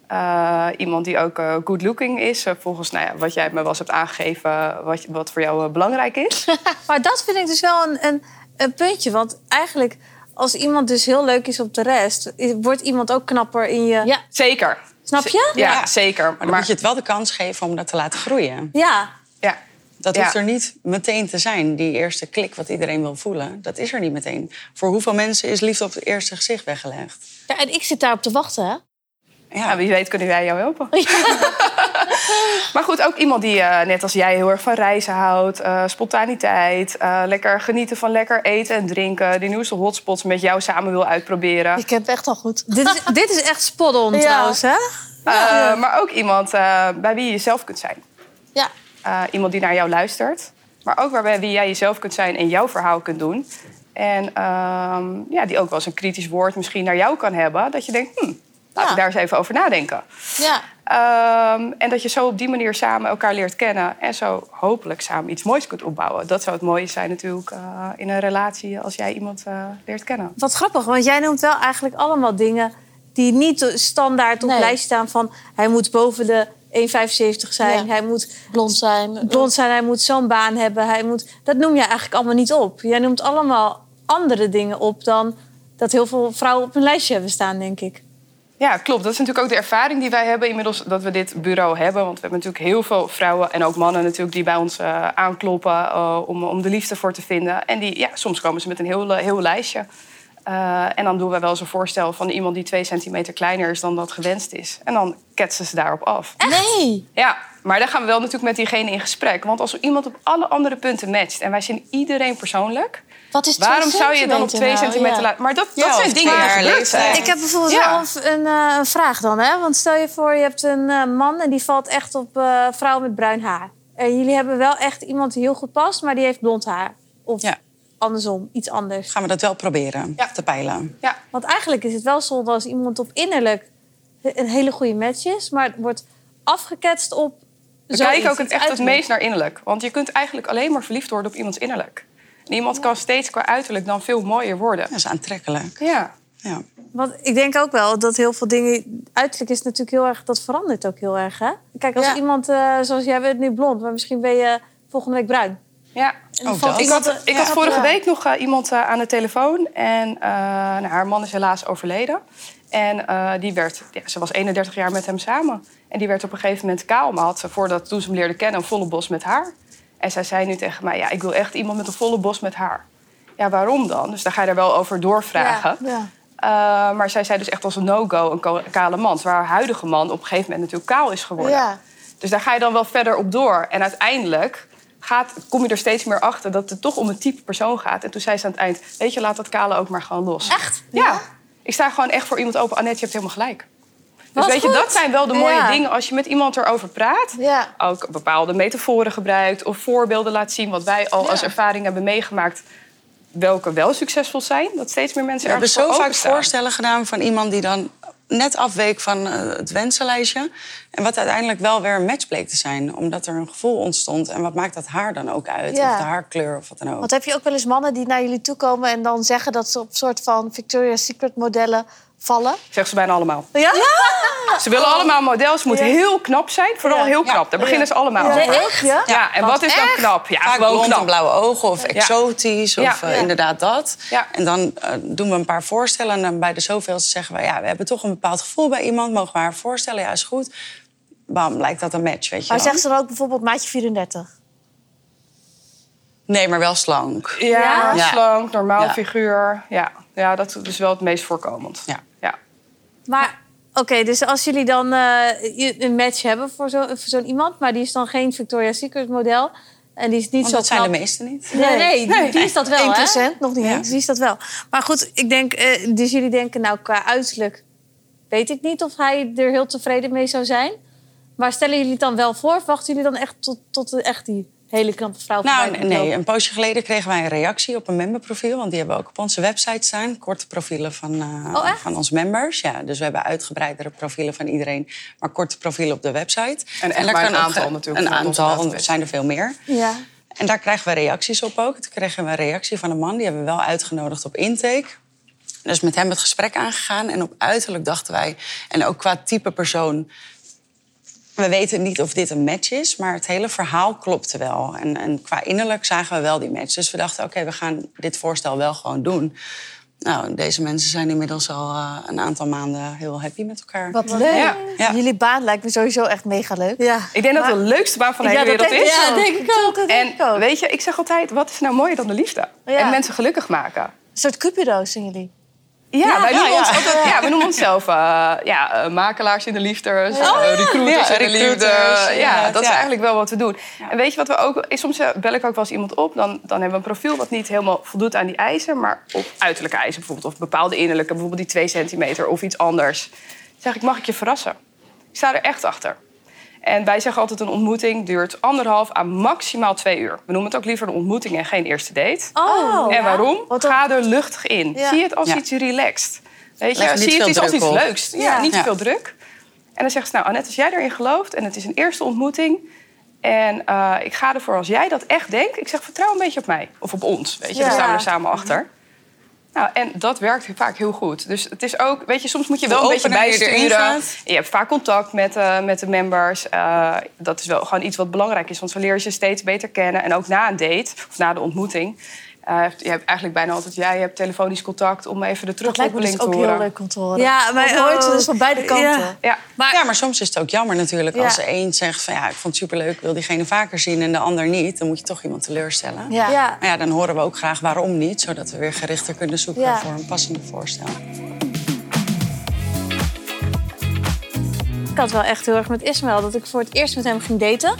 Speaker 3: Eh, iemand die ook eh, good looking is. eh, volgens nou ja, wat jij me was hebt aangegeven, eh, wat, wat voor jou eh, belangrijk is.
Speaker 1: Maar dat vind ik dus wel een, een, een puntje. Want eigenlijk, als iemand dus heel leuk is op de rest... i- wordt iemand ook knapper in je...
Speaker 2: Ja.
Speaker 3: Zeker.
Speaker 1: Snap je?
Speaker 3: Ja,
Speaker 4: Ja.
Speaker 3: zeker.
Speaker 4: Maar dan moet je het wel de kans geven om dat te laten groeien.
Speaker 1: ja.
Speaker 3: ja.
Speaker 4: Dat
Speaker 3: Ja.
Speaker 4: hoeft er niet meteen te zijn, die eerste klik wat iedereen wil voelen. Dat is er niet meteen. Voor hoeveel mensen is liefde op het eerste gezicht weggelegd?
Speaker 2: Ja, en ik zit daarop te wachten, hè?
Speaker 3: Nou, wie weet kunnen wij jou helpen. maar goed, ook iemand die eh, net als jij heel erg van reizen houdt, eh, spontaniteit, eh, lekker genieten van lekker eten en drinken, die nieuwste hotspots met jou samen wil uitproberen.
Speaker 2: Ik heb echt al goed.
Speaker 1: Dit is, dit is echt spot on
Speaker 2: Ja.
Speaker 1: trouwens, hè?
Speaker 3: Eh, maar ook iemand eh, bij wie je jezelf kunt zijn.
Speaker 2: Ja,
Speaker 3: Eh, iemand die naar jou luistert, maar ook waarbij wie jij jezelf kunt zijn en jouw verhaal kunt doen. En ehm, ja, die ook wel eens een kritisch woord misschien naar jou kan hebben, dat je denkt, hm, laten
Speaker 2: Ja.
Speaker 3: we daar eens even over nadenken.
Speaker 2: ja.
Speaker 3: Ehm, en dat je zo op die manier samen elkaar leert kennen en zo hopelijk samen iets moois kunt opbouwen. Dat zou het mooie zijn natuurlijk eh, in een relatie als jij iemand eh, leert kennen.
Speaker 1: Wat grappig, want jij noemt wel eigenlijk allemaal dingen die niet standaard op
Speaker 2: Nee.
Speaker 1: lijst staan van hij moet boven de 1,75 zijn.
Speaker 2: Ja.
Speaker 1: Hij moet
Speaker 2: Blond zijn.
Speaker 1: blond zijn, hij moet zo'n baan hebben. Hij moet... Dat noem je eigenlijk allemaal niet op. Jij noemt allemaal andere dingen op dan dat heel veel vrouwen op hun lijstje hebben staan, denk ik.
Speaker 3: Ja, klopt. Dat is natuurlijk ook de ervaring die wij hebben inmiddels dat we dit bureau hebben. Want we hebben natuurlijk heel veel vrouwen en ook mannen natuurlijk die bij ons eh, aankloppen eh, om, om de liefde voor te vinden. En die, ja, soms komen ze met een heel, eh, heel lijstje. Eh, en dan doen we wel eens een voorstel van iemand die twee centimeter kleiner is dan dat gewenst is. En dan ketsen ze daarop af.
Speaker 2: Nee.
Speaker 3: Ja, maar daar gaan we wel natuurlijk met diegene in gesprek. Want als iemand op alle andere punten matcht en wij zien iedereen persoonlijk,
Speaker 2: Wat is Nou,
Speaker 3: waarom zou je dan op twee centimeter
Speaker 2: laten?
Speaker 3: laten? Maar dat,
Speaker 4: Ja,
Speaker 3: dat zijn
Speaker 4: of
Speaker 3: dingen
Speaker 4: qua
Speaker 3: die gebeuren.
Speaker 4: leeftijd.
Speaker 1: Ik heb bijvoorbeeld
Speaker 3: Ja.
Speaker 1: wel een, een, eh, een vraag dan, hè? Want stel je voor, je hebt een eh, man en die valt echt op eh vrouwen met bruin haar. En jullie hebben wel echt iemand die heel goed past, maar die heeft blond haar. Of
Speaker 4: Ja.
Speaker 1: andersom, iets anders.
Speaker 4: Gaan we dat wel proberen
Speaker 3: Ja.
Speaker 4: te peilen?
Speaker 3: Ja.
Speaker 1: Want eigenlijk is het wel zonde als iemand op innerlijk een hele goede match is, maar het wordt afgeketst op.
Speaker 3: We
Speaker 1: zoiets,
Speaker 3: kijken ook het
Speaker 1: iets
Speaker 3: echt het
Speaker 1: uiterlijk.
Speaker 3: meest naar innerlijk. Want je kunt eigenlijk alleen maar verliefd worden op iemands innerlijk. En iemand kan steeds qua uiterlijk dan veel mooier worden.
Speaker 4: Dat is aantrekkelijk.
Speaker 3: Ja,
Speaker 4: Ja.
Speaker 1: Want ik denk ook wel dat heel veel dingen. Uiterlijk is natuurlijk heel erg. Dat verandert ook heel erg, hè? Kijk, als
Speaker 2: Ja.
Speaker 1: iemand eh, zoals jij bent nu blond, maar misschien ben je volgende week bruin.
Speaker 3: ja.
Speaker 1: En dan
Speaker 4: Ook
Speaker 1: valt
Speaker 4: dat.
Speaker 3: Ik
Speaker 1: iemand-
Speaker 3: had, ik
Speaker 1: ja.
Speaker 3: had vorige
Speaker 1: Ja.
Speaker 3: week nog eh, iemand eh, aan de telefoon. En eh, nou, haar man is helaas overleden. En eh, die werd, ja, ze was 31 jaar met hem samen. En die werd op een gegeven moment kaal. Maar had ze voordat, toen ze hem leerde kennen, een volle bos met haar. En zij zei nu tegen mij, ja, ik wil echt iemand met een volle bos met haar. Ja, waarom dan? Dus daar ga je er wel over doorvragen.
Speaker 2: Ja.
Speaker 3: Uh, maar zij zei dus echt als een no-go een ko- kale man. Terwijl haar huidige man op een gegeven moment natuurlijk kaal is geworden.
Speaker 2: Ja.
Speaker 3: Dus daar ga je dan wel verder op door. En uiteindelijk gaat, kom je er steeds meer achter dat het toch om een type persoon gaat. En toen zei ze aan het eind, weet je, laat dat kale ook maar gewoon los.
Speaker 1: Echt?
Speaker 3: Ja. Ik sta gewoon echt voor iemand open. Annette, je hebt helemaal gelijk. Dus
Speaker 1: Wat
Speaker 3: weet je,
Speaker 1: goed.
Speaker 3: dat zijn wel de mooie
Speaker 1: Ja.
Speaker 3: dingen als je met iemand erover praat.
Speaker 2: Ja.
Speaker 3: Ook bepaalde metaforen gebruikt of voorbeelden laat zien... wat wij al
Speaker 4: Ja.
Speaker 3: als ervaring hebben meegemaakt, welke wel succesvol zijn. Dat steeds meer mensen
Speaker 4: We hebben
Speaker 3: ergens
Speaker 4: zo
Speaker 3: voor
Speaker 4: vaak
Speaker 3: openstaan.
Speaker 4: voorstellen gedaan van iemand die dan net afweek van eh, het wensenlijstje. En wat uiteindelijk wel weer een match bleek te zijn. Omdat er een gevoel ontstond. En wat maakt dat haar dan ook uit?
Speaker 2: Ja.
Speaker 4: Of de haarkleur of wat dan ook.
Speaker 2: Want heb je ook wel eens mannen die naar jullie toe komen en dan zeggen dat ze op soort van Victoria's Secret modellen vallen?
Speaker 3: Zegt ze bijna allemaal.
Speaker 2: Ja?
Speaker 3: Ze willen
Speaker 4: Oh.
Speaker 3: allemaal model. Ze moeten heel knap zijn. Vooral
Speaker 2: Ja.
Speaker 3: heel knap. Daar beginnen ze allemaal over.
Speaker 2: Nee, echt? Ja?
Speaker 3: Ja, en wat is dan knap? Ja,
Speaker 4: Vaak
Speaker 3: gewoon
Speaker 4: blond en
Speaker 3: knap.
Speaker 4: blauwe ogen of exotisch
Speaker 3: Ja.
Speaker 4: of eh,
Speaker 3: Ja.
Speaker 4: inderdaad dat.
Speaker 3: Ja.
Speaker 4: En dan eh, doen we een paar voorstellen. En dan bij de zoveelste zeggen we... ja, we hebben toch een bepaald gevoel bij iemand. Mogen we haar voorstellen? Ja, is goed. Bam, lijkt dat een match, weet je
Speaker 2: Maar
Speaker 4: wel.
Speaker 2: zeggen ze dan ook bijvoorbeeld maatje 34?
Speaker 4: Nee, maar wel slank.
Speaker 3: Ja,
Speaker 4: Ja.
Speaker 3: slank, normaal
Speaker 4: Ja.
Speaker 3: figuur. Ja. ja, dat is dus wel het meest voorkomend.
Speaker 4: Ja.
Speaker 3: ja.
Speaker 1: Maar oké, dus als jullie dan eh, je- een match hebben voor zo- voor zo'n iemand, maar die is dan geen Victoria's Secret model en die is niet
Speaker 4: Want
Speaker 1: zo
Speaker 4: dat zijn de
Speaker 1: knap.
Speaker 4: meesten niet.
Speaker 1: Nee, nee, die, die is dat wel, hè?
Speaker 2: 1%, nog niet
Speaker 1: Ja,
Speaker 2: eens.
Speaker 1: die is dat wel. Maar goed, ik denk, eh, dus jullie denken, nou, qua uiterlijk weet ik niet of hij er heel tevreden mee zou zijn. Maar stellen jullie het dan wel voor? of Wachten jullie dan echt tot, tot de- echt die hele knappe vrouw?
Speaker 4: Nou,
Speaker 1: voorbij komt
Speaker 4: nee,
Speaker 1: lopen?
Speaker 4: een poosje geleden kregen wij een reactie op een memberprofiel. Want die hebben we ook op onze website staan. Korte profielen van, eh,
Speaker 1: Oh, echt?
Speaker 4: van onze members. Ja, dus we hebben uitgebreidere profielen van iedereen. Maar korte profielen op de website.
Speaker 3: En echt maar
Speaker 4: kan
Speaker 3: een
Speaker 4: ook
Speaker 3: aantal
Speaker 4: ge-
Speaker 3: natuurlijk
Speaker 4: Een
Speaker 3: van onze
Speaker 4: aantal, want er
Speaker 3: database.
Speaker 4: zijn er veel meer.
Speaker 1: Ja.
Speaker 4: En daar krijgen we reacties op ook. Toen kregen we een reactie van een man. Die hebben we wel uitgenodigd op intake. Dus met hem het gesprek aangegaan. En op uiterlijk dachten wij... En ook qua type persoon... We weten niet of dit een match is, maar het hele verhaal klopte wel. En, en qua innerlijk zagen we wel die match. Dus we dachten, oké, we gaan dit voorstel wel gewoon doen. Nou, deze mensen zijn inmiddels al eh, een aantal maanden heel happy met elkaar.
Speaker 2: Wat leuk.
Speaker 3: Ja.
Speaker 4: Ja.
Speaker 2: Jullie baan lijkt me sowieso echt mega leuk.
Speaker 1: Ja.
Speaker 3: Ik denk dat het de leukste baan van de hele wereld is.
Speaker 2: Ja, denk ik ook. Dat denk ik
Speaker 3: En
Speaker 2: ook.
Speaker 3: weet je, ik zeg altijd, wat is nou mooier dan de liefde?
Speaker 2: Ja.
Speaker 3: En mensen gelukkig maken.
Speaker 2: Een soort cupido's zijn jullie.
Speaker 3: Ja, wij noemen
Speaker 4: ja.
Speaker 3: ons altijd, ja, we noemen onszelf eh, ja, eh, makelaars in de liefde, eh, recruiters
Speaker 4: Oh, Ja,
Speaker 3: in de liefde.
Speaker 4: recruiters,
Speaker 3: Ja,
Speaker 4: inderdaad,
Speaker 3: dat is
Speaker 4: ja.
Speaker 3: eigenlijk wel wat we doen. En weet je wat we ook... Soms eh, bel ik ook wel eens iemand op, dan, dan hebben we een profiel... wat niet helemaal voldoet aan die eisen, maar op uiterlijke eisen bijvoorbeeld. Of bepaalde innerlijke, bijvoorbeeld die twee centimeter of iets anders. Dan zeg ik, mag ik je verrassen? Ik sta er echt achter. En wij zeggen altijd, een ontmoeting duurt anderhalf à maximaal twee uur. We noemen het ook liever een ontmoeting en geen eerste date.
Speaker 1: Oh,
Speaker 3: En waarom?
Speaker 2: Want dan-
Speaker 3: Ga er luchtig in.
Speaker 2: Ja.
Speaker 3: Zie het als
Speaker 4: Ja.
Speaker 3: iets relaxed. Weet je,
Speaker 4: Leg er niet
Speaker 3: zie het
Speaker 4: veel
Speaker 3: iets als
Speaker 4: druk
Speaker 3: iets
Speaker 4: op.
Speaker 3: leuks. Ja,
Speaker 2: Ja.
Speaker 3: niet
Speaker 4: Ja.
Speaker 3: veel druk. En dan zegt ze, nou Annette, als jij erin gelooft... en het is een eerste ontmoeting... en eh, ik ga ervoor als jij dat echt denkt... ik zeg, vertrouw een beetje op mij. Of op ons, weet je.
Speaker 2: Ja.
Speaker 3: Daar staan we er samen achter. Nou, en dat werkt vaak heel goed. Dus het is ook, weet je, soms moet je wel een
Speaker 4: Hoe
Speaker 3: beetje
Speaker 4: opener je erin
Speaker 3: bijsturen.
Speaker 4: gaat.
Speaker 3: Je hebt vaak contact met, eh, met de members. Eh, dat is wel gewoon iets wat belangrijk is, want zo leer je ze steeds beter kennen. En ook na een date of na de ontmoeting. eh, je hebt eigenlijk bijna altijd, ja, je hebt telefonisch contact om even de
Speaker 2: Dat lijkt me
Speaker 3: terugkoppeling
Speaker 2: dus ook
Speaker 3: te
Speaker 2: heel
Speaker 3: horen.
Speaker 2: leuk om te horen.
Speaker 1: Ja, maar
Speaker 2: Dat hoort ze
Speaker 1: oh,
Speaker 2: dus van beide kanten.
Speaker 3: Ja,
Speaker 1: Maar-
Speaker 4: ja, maar soms is het ook jammer natuurlijk. Als
Speaker 1: Ja.
Speaker 4: de een zegt van ja, ik vond het superleuk, ik wil diegene vaker zien en de ander niet, dan moet je toch iemand teleurstellen.
Speaker 2: Ja.
Speaker 1: Ja.
Speaker 4: Maar ja, dan horen we ook graag waarom niet, zodat we weer gerichter kunnen zoeken
Speaker 2: Ja.
Speaker 4: voor een passende voorstel.
Speaker 1: Ik had wel echt heel erg met Ismael dat ik voor het eerst met hem ging daten.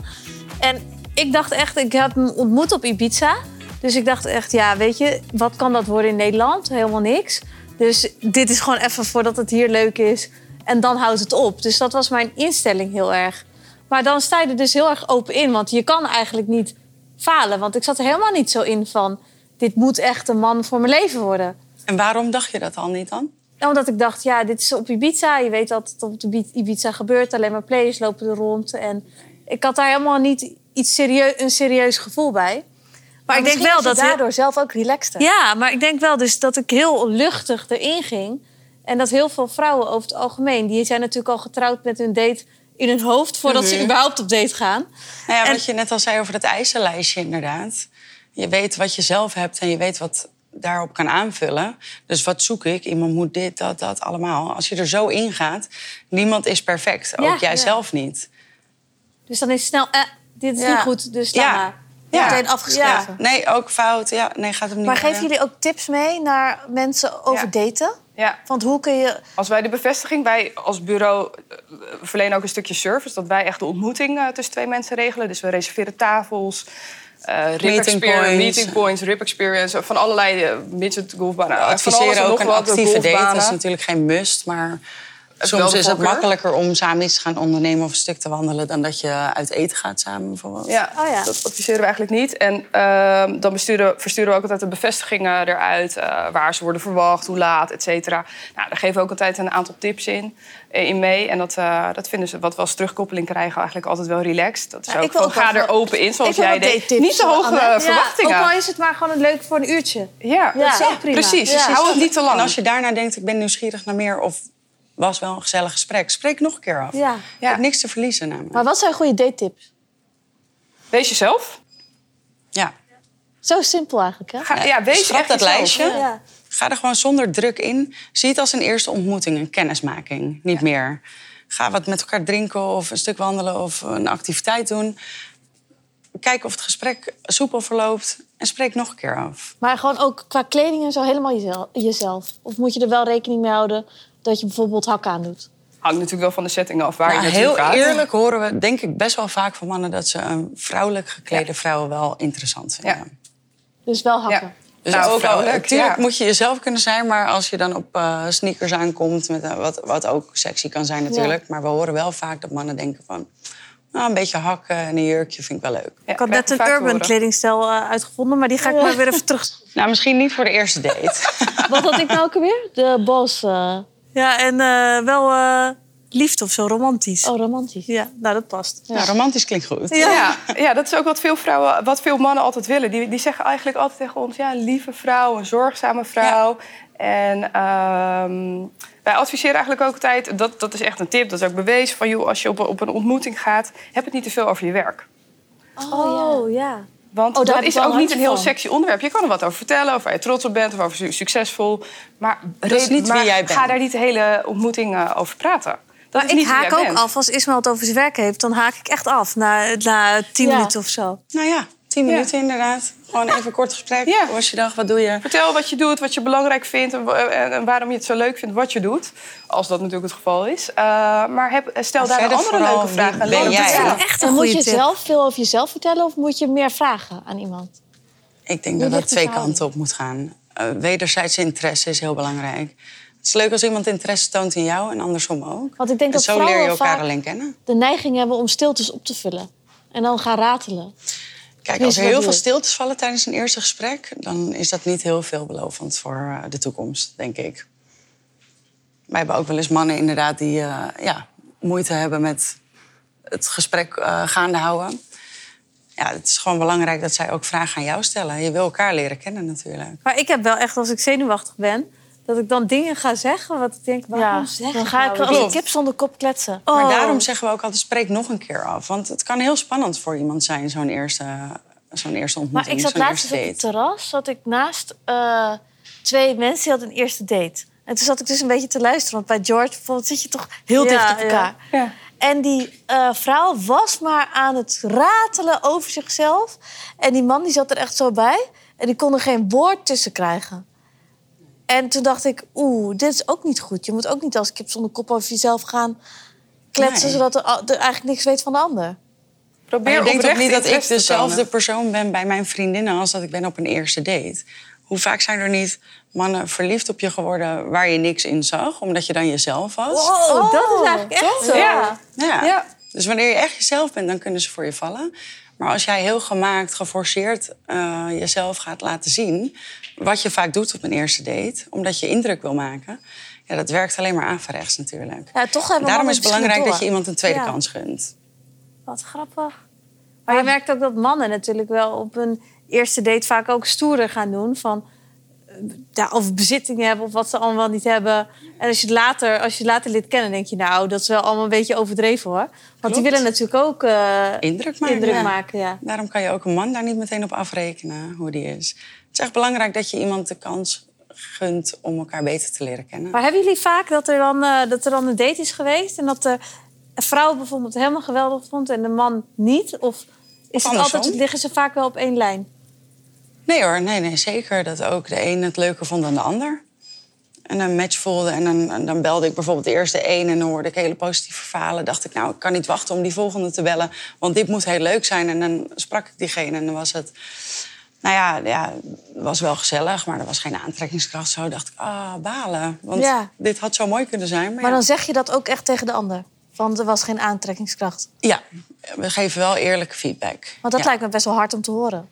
Speaker 1: En ik dacht echt, ik heb hem ontmoet op Ibiza. Dus ik dacht echt, ja, weet je, wat kan dat worden in Nederland? Helemaal niks. Dus dit is gewoon even voordat het hier leuk is. En dan houdt het op. Dus dat was mijn instelling heel erg. Maar dan sta je er dus heel erg open in. Want je kan eigenlijk niet falen. Want ik zat er helemaal niet zo in van... dit moet echt een man voor mijn leven worden.
Speaker 4: En waarom dacht je dat al niet dan?
Speaker 1: Ja, Oh, Omdat ik dacht, ja, dit is op Ibiza. Je weet dat het op de Bi- Ibiza gebeurt. Alleen maar players lopen er rond. En ik had daar helemaal niet iets serieus, een serieus gevoel bij. Maar, ik denk wel dat...
Speaker 2: daardoor zelf ook relaxter.
Speaker 1: Ja, maar ik denk wel dus dat ik heel luchtig erin ging. En dat heel veel vrouwen over het algemeen... die zijn natuurlijk al getrouwd met hun date in hun hoofd... voordat ze überhaupt op date gaan.
Speaker 4: Nou ja,
Speaker 1: En-
Speaker 4: wat je net al zei over dat eisenlijstje inderdaad. Je weet wat je zelf hebt en je weet wat daarop kan aanvullen. Dus wat zoek ik? Iemand moet dit, dat, dat, allemaal. Als je er zo in gaat, niemand is perfect. Ook
Speaker 1: Ja,
Speaker 4: jij
Speaker 1: ja.
Speaker 4: zelf niet.
Speaker 1: Dus dan is het snel, eh, dit is
Speaker 2: Ja.
Speaker 1: niet goed, dus dan
Speaker 4: Ja.
Speaker 1: maar.
Speaker 4: Ja.
Speaker 1: Meteen afgeschreven.
Speaker 4: Ja, nee, ook fout. Ja, nee, gaat hem niet
Speaker 2: Maar
Speaker 4: meer.
Speaker 2: geven jullie ook tips mee naar mensen over
Speaker 3: Ja.
Speaker 2: daten?
Speaker 3: ja.
Speaker 2: Want hoe kun je...
Speaker 3: Als wij de bevestiging, wij als bureau eh, verlenen ook een stukje service. Dat wij echt de ontmoeting eh, tussen twee mensen regelen. Dus we reserveren tafels, eh, rip
Speaker 4: Meeting
Speaker 3: experience,
Speaker 4: points.
Speaker 3: meeting points, rip experience. eh, Van allerlei eh, midget golfbanen. eh, van alles en
Speaker 4: Adviseren ook
Speaker 3: nog
Speaker 4: een
Speaker 3: wat, eh,
Speaker 4: actieve date. Dat is
Speaker 3: golfbanen.
Speaker 4: natuurlijk geen must, maar...
Speaker 3: is wel
Speaker 4: Soms
Speaker 3: de
Speaker 4: is het
Speaker 3: voorkeur.
Speaker 4: makkelijker om samen iets te gaan ondernemen of een stuk te wandelen... dan dat je uit eten gaat samen bijvoorbeeld.
Speaker 3: Ja,
Speaker 1: Oh ja.
Speaker 3: dat adviseren we eigenlijk niet. En ehm, dan besturen, versturen we ook altijd de bevestigingen eruit. eh, waar ze worden verwacht, hoe laat, et cetera. Nou, daar geven we ook altijd een aantal tips in, eh, in mee. En dat, eh, dat vinden ze, wat we als terugkoppeling krijgen, eigenlijk altijd wel relaxed. Dat is
Speaker 2: Ja,
Speaker 3: ook
Speaker 2: ik wil
Speaker 3: van,
Speaker 2: ook
Speaker 3: ga
Speaker 2: wel-
Speaker 3: er open in, zoals
Speaker 2: ik wil
Speaker 3: jij
Speaker 2: ook
Speaker 3: deed.
Speaker 2: date-tips,
Speaker 3: Niet te hoge
Speaker 2: Anne.
Speaker 3: eh,
Speaker 2: Ja,
Speaker 3: verwachtingen.
Speaker 1: Ook al is het maar gewoon leuk voor een uurtje.
Speaker 3: Ja,
Speaker 1: Ja.
Speaker 3: dat is ook
Speaker 1: Ja,
Speaker 3: prima.
Speaker 1: prima.
Speaker 3: Precies,
Speaker 1: Ja.
Speaker 3: hou het niet te lang.
Speaker 4: En als je daarna denkt, ik ben nieuwsgierig naar meer... of was wel een gezellig gesprek, spreek nog een keer af.
Speaker 1: Ja.
Speaker 4: Je hebt niks te verliezen namelijk.
Speaker 2: Maar wat zijn goede datetips?
Speaker 3: Wees jezelf.
Speaker 4: Ja.
Speaker 2: Zo simpel eigenlijk, hè?
Speaker 3: Ga, ja, wees
Speaker 4: Schrap
Speaker 3: echt
Speaker 4: dat
Speaker 3: jezelf.
Speaker 4: lijstje.
Speaker 2: Ja.
Speaker 4: Ga er gewoon zonder druk in. Zie het als een eerste ontmoeting, een kennismaking, niet meer. Ga wat met elkaar drinken of een stuk wandelen of een activiteit doen. Kijk of het gesprek soepel verloopt en spreek nog een keer af.
Speaker 2: Maar gewoon ook qua kleding en zo helemaal jezelf, jezelf. Of moet je er wel rekening mee houden dat je bijvoorbeeld hak aan doet?
Speaker 3: Hangt natuurlijk wel van de setting af waar
Speaker 4: Nou,
Speaker 3: je naartoe
Speaker 4: heel
Speaker 3: gaat.
Speaker 4: eerlijk horen we, denk ik, best wel vaak van mannen dat ze een vrouwelijk geklede vrouw wel interessant vinden.
Speaker 3: Ja.
Speaker 2: Dus wel hakken.
Speaker 3: Ja.
Speaker 4: Dus
Speaker 3: Nou,
Speaker 4: ook al,
Speaker 3: vrouwelijk,
Speaker 4: natuurlijk
Speaker 3: ja.
Speaker 4: moet je jezelf kunnen zijn, maar als je dan op eh, sneakers aankomt, met, een- wat, wat ook sexy kan zijn natuurlijk. Maar we horen wel vaak dat mannen denken van, nou, een beetje hakken en een jurkje vind ik wel leuk.
Speaker 3: Ja,
Speaker 1: Ik had
Speaker 3: krijg
Speaker 1: net
Speaker 3: je
Speaker 1: een
Speaker 3: vaak te
Speaker 1: urban
Speaker 3: horen.
Speaker 1: kledingstijl eh, uitgevonden, maar die ga ik maar weer even terug.
Speaker 4: Nou, misschien niet voor de eerste date.
Speaker 2: Wat had ik nou ook alweer? De bos. eh,
Speaker 1: Ja, en eh, wel eh, liefde of zo, romantisch.
Speaker 2: Oh, romantisch.
Speaker 1: Ja, nou dat past.
Speaker 4: nou, romantisch klinkt goed.
Speaker 1: Ja.
Speaker 3: Ja, ja, dat is ook wat veel, vrouwen, wat veel mannen altijd willen. Die, die zeggen eigenlijk altijd tegen ons: ja, een lieve vrouw, een zorgzame vrouw. En ehm, wij adviseren eigenlijk ook altijd: dat, dat is echt een tip, dat is ook bewezen. Van joh, als je op, een- op een ontmoeting gaat, heb het niet te veel over je werk.
Speaker 1: Oh, ja.
Speaker 3: Want
Speaker 2: Oh, daar
Speaker 3: dat
Speaker 2: heb ik
Speaker 3: is
Speaker 2: wel een
Speaker 3: ook niet een heel
Speaker 2: handje van.
Speaker 3: sexy onderwerp. Je kan er wat over vertellen, of waar je trots op bent, of over su- succesvol. Maar,
Speaker 4: is niet
Speaker 3: maar
Speaker 4: wie jij bent.
Speaker 3: ga daar niet de hele ontmoeting eh, over praten. Dat is
Speaker 1: Ik
Speaker 3: niet wie
Speaker 1: haak
Speaker 3: jij
Speaker 1: ook
Speaker 3: bent.
Speaker 1: af. Als Ismael het over zijn werk heeft, dan haak ik echt af na, na tien
Speaker 2: Ja.
Speaker 1: minuten of zo.
Speaker 4: Nou ja, tien minuten inderdaad. Gewoon even een kort gesprek.
Speaker 3: Ja.
Speaker 4: Hoe was je dag? Wat doe je?
Speaker 3: Vertel wat je doet, wat je belangrijk vindt en, wa- en- en waarom je het zo leuk vindt wat je doet. Als dat natuurlijk het geval is. Eh, maar heb, stel daar een
Speaker 4: verder
Speaker 3: andere
Speaker 4: vooral,
Speaker 3: leuke vraag
Speaker 4: wie
Speaker 3: aan.
Speaker 4: ben
Speaker 3: Laat het
Speaker 4: jij?
Speaker 3: vertellen.
Speaker 1: Echt een
Speaker 2: En moet
Speaker 1: goede
Speaker 2: je
Speaker 1: tip.
Speaker 2: zelf veel over jezelf vertellen of moet je meer vragen aan iemand?
Speaker 4: Ik denk
Speaker 2: Hoe
Speaker 4: dat dat
Speaker 2: ligt de
Speaker 4: twee
Speaker 2: verhouding?
Speaker 4: kanten op moet gaan. Eh, wederzijdse interesse is heel belangrijk. Het is leuk als iemand interesse toont in jou en andersom ook.
Speaker 2: Want ik denk
Speaker 4: en
Speaker 2: dat
Speaker 4: zo leer je
Speaker 2: vrouwen
Speaker 4: elkaar
Speaker 2: vaak-
Speaker 4: alleen kennen.
Speaker 2: De neiging hebben om stiltes op te vullen. En dan gaan ratelen.
Speaker 4: Kijk,
Speaker 2: Tenminste,
Speaker 4: als er
Speaker 2: dat
Speaker 4: heel
Speaker 2: doe ik.
Speaker 4: veel stiltes vallen tijdens een eerste gesprek... dan is dat niet heel veelbelovend voor eh, de toekomst, denk ik. Wij hebben ook wel eens mannen inderdaad die eh, ja, moeite hebben met het gesprek eh, gaande houden. ja, het is gewoon belangrijk dat zij ook vragen aan jou stellen. Je wil elkaar leren kennen natuurlijk.
Speaker 1: Maar ik heb wel echt, als ik zenuwachtig ben, dat ik dan dingen ga zeggen. Wat ik denk, waarom
Speaker 2: Ja,
Speaker 1: zeg
Speaker 2: dan
Speaker 1: ik
Speaker 2: ga
Speaker 1: nou
Speaker 2: ik
Speaker 1: dit?
Speaker 2: als een
Speaker 4: Klopt.
Speaker 2: kip zonder kop kletsen.
Speaker 1: Oh.
Speaker 4: Maar daarom zeggen we ook altijd, spreek nog een keer af. Want het kan heel spannend voor iemand zijn, zo'n eerste, zo'n eerste ontmoeting.
Speaker 2: Maar ik zat
Speaker 4: zo'n
Speaker 2: laatst
Speaker 4: eerste
Speaker 2: eens op het
Speaker 4: date.
Speaker 2: terras, zat ik naast eh, twee mensen die hadden een eerste date. En toen zat ik dus een beetje te luisteren, want bij George bijvoorbeeld zit je toch heel
Speaker 1: Ja,
Speaker 2: dicht op elkaar.
Speaker 3: Ja.
Speaker 2: En die eh, vrouw was maar aan het ratelen over zichzelf. En die man die zat er echt zo bij. En die kon er geen woord tussen krijgen. En toen dacht ik, oeh, dit is ook niet goed. Je moet ook niet als kip zonder kop over jezelf gaan kletsen...
Speaker 4: Nee.
Speaker 2: zodat er, a- er eigenlijk niks weet van de ander.
Speaker 3: Probeer
Speaker 4: Maar ik denk ook
Speaker 3: oprecht
Speaker 4: niet dat ik
Speaker 3: interesse te tonen.
Speaker 4: dezelfde persoon ben bij mijn vriendinnen als dat ik ben op een eerste date. Hoe vaak zijn er niet mannen verliefd op je geworden waar je niks in zag, omdat je dan jezelf was?
Speaker 1: Oh, dat is eigenlijk echt zo.
Speaker 3: Ja.
Speaker 4: Ja.
Speaker 3: Ja.
Speaker 4: Dus wanneer je echt jezelf bent, dan kunnen ze voor je vallen. Maar als jij heel gemaakt, geforceerd eh, jezelf gaat laten zien, wat je vaak doet op een eerste date, omdat je indruk wil maken, ja, dat werkt alleen maar averechts natuurlijk.
Speaker 2: Ja, toch hebben
Speaker 4: Daarom
Speaker 2: mannen
Speaker 4: is het belangrijk
Speaker 2: misschien
Speaker 4: dat je
Speaker 2: door.
Speaker 4: iemand een tweede
Speaker 2: Ja.
Speaker 4: kans gunt.
Speaker 2: Wat grappig.
Speaker 1: Maar je merkt ook dat mannen natuurlijk wel op hun eerste date vaak ook stoerder gaan doen. Van, eh, ja, of bezittingen hebben of wat ze allemaal niet hebben. En als je het later, als je het later lid kennen, denk je nou, dat is wel allemaal een beetje overdreven hoor. Want die
Speaker 4: Klopt.
Speaker 1: willen natuurlijk ook eh,
Speaker 4: Indruk maken.
Speaker 1: indruk
Speaker 4: Ja.
Speaker 1: maken. Ja.
Speaker 4: Daarom kan je ook een man daar niet meteen op afrekenen hoe die is. Het is echt belangrijk dat je iemand de kans gunt om elkaar beter te leren kennen.
Speaker 1: Maar hebben jullie vaak dat er, dan, eh, dat er dan een date is geweest en dat de vrouw bijvoorbeeld helemaal geweldig vond en de man niet? Of is het
Speaker 4: andersom?
Speaker 1: altijd, liggen ze vaak wel op één lijn?
Speaker 4: Nee hoor, nee, nee, zeker dat ook de een het leuker vond dan de ander. En een match voelde en dan, en dan belde ik bijvoorbeeld de eerste een... en dan hoorde ik hele positieve verhalen. dacht ik, nou, ik kan niet wachten om die volgende te bellen... want dit moet heel leuk zijn. En dan sprak ik diegene en dan was het... Nou ja, ja, het was wel gezellig, maar er was geen aantrekkingskracht. Zo dacht ik, ah, balen. Want
Speaker 2: Ja.
Speaker 4: dit had zo mooi kunnen zijn. Maar,
Speaker 2: Maar
Speaker 4: ja.
Speaker 2: dan zeg je dat ook echt tegen de ander. Want er was geen aantrekkingskracht.
Speaker 4: Ja, we geven wel eerlijke feedback.
Speaker 2: Want dat
Speaker 4: Ja.
Speaker 2: lijkt me best wel hard om te horen.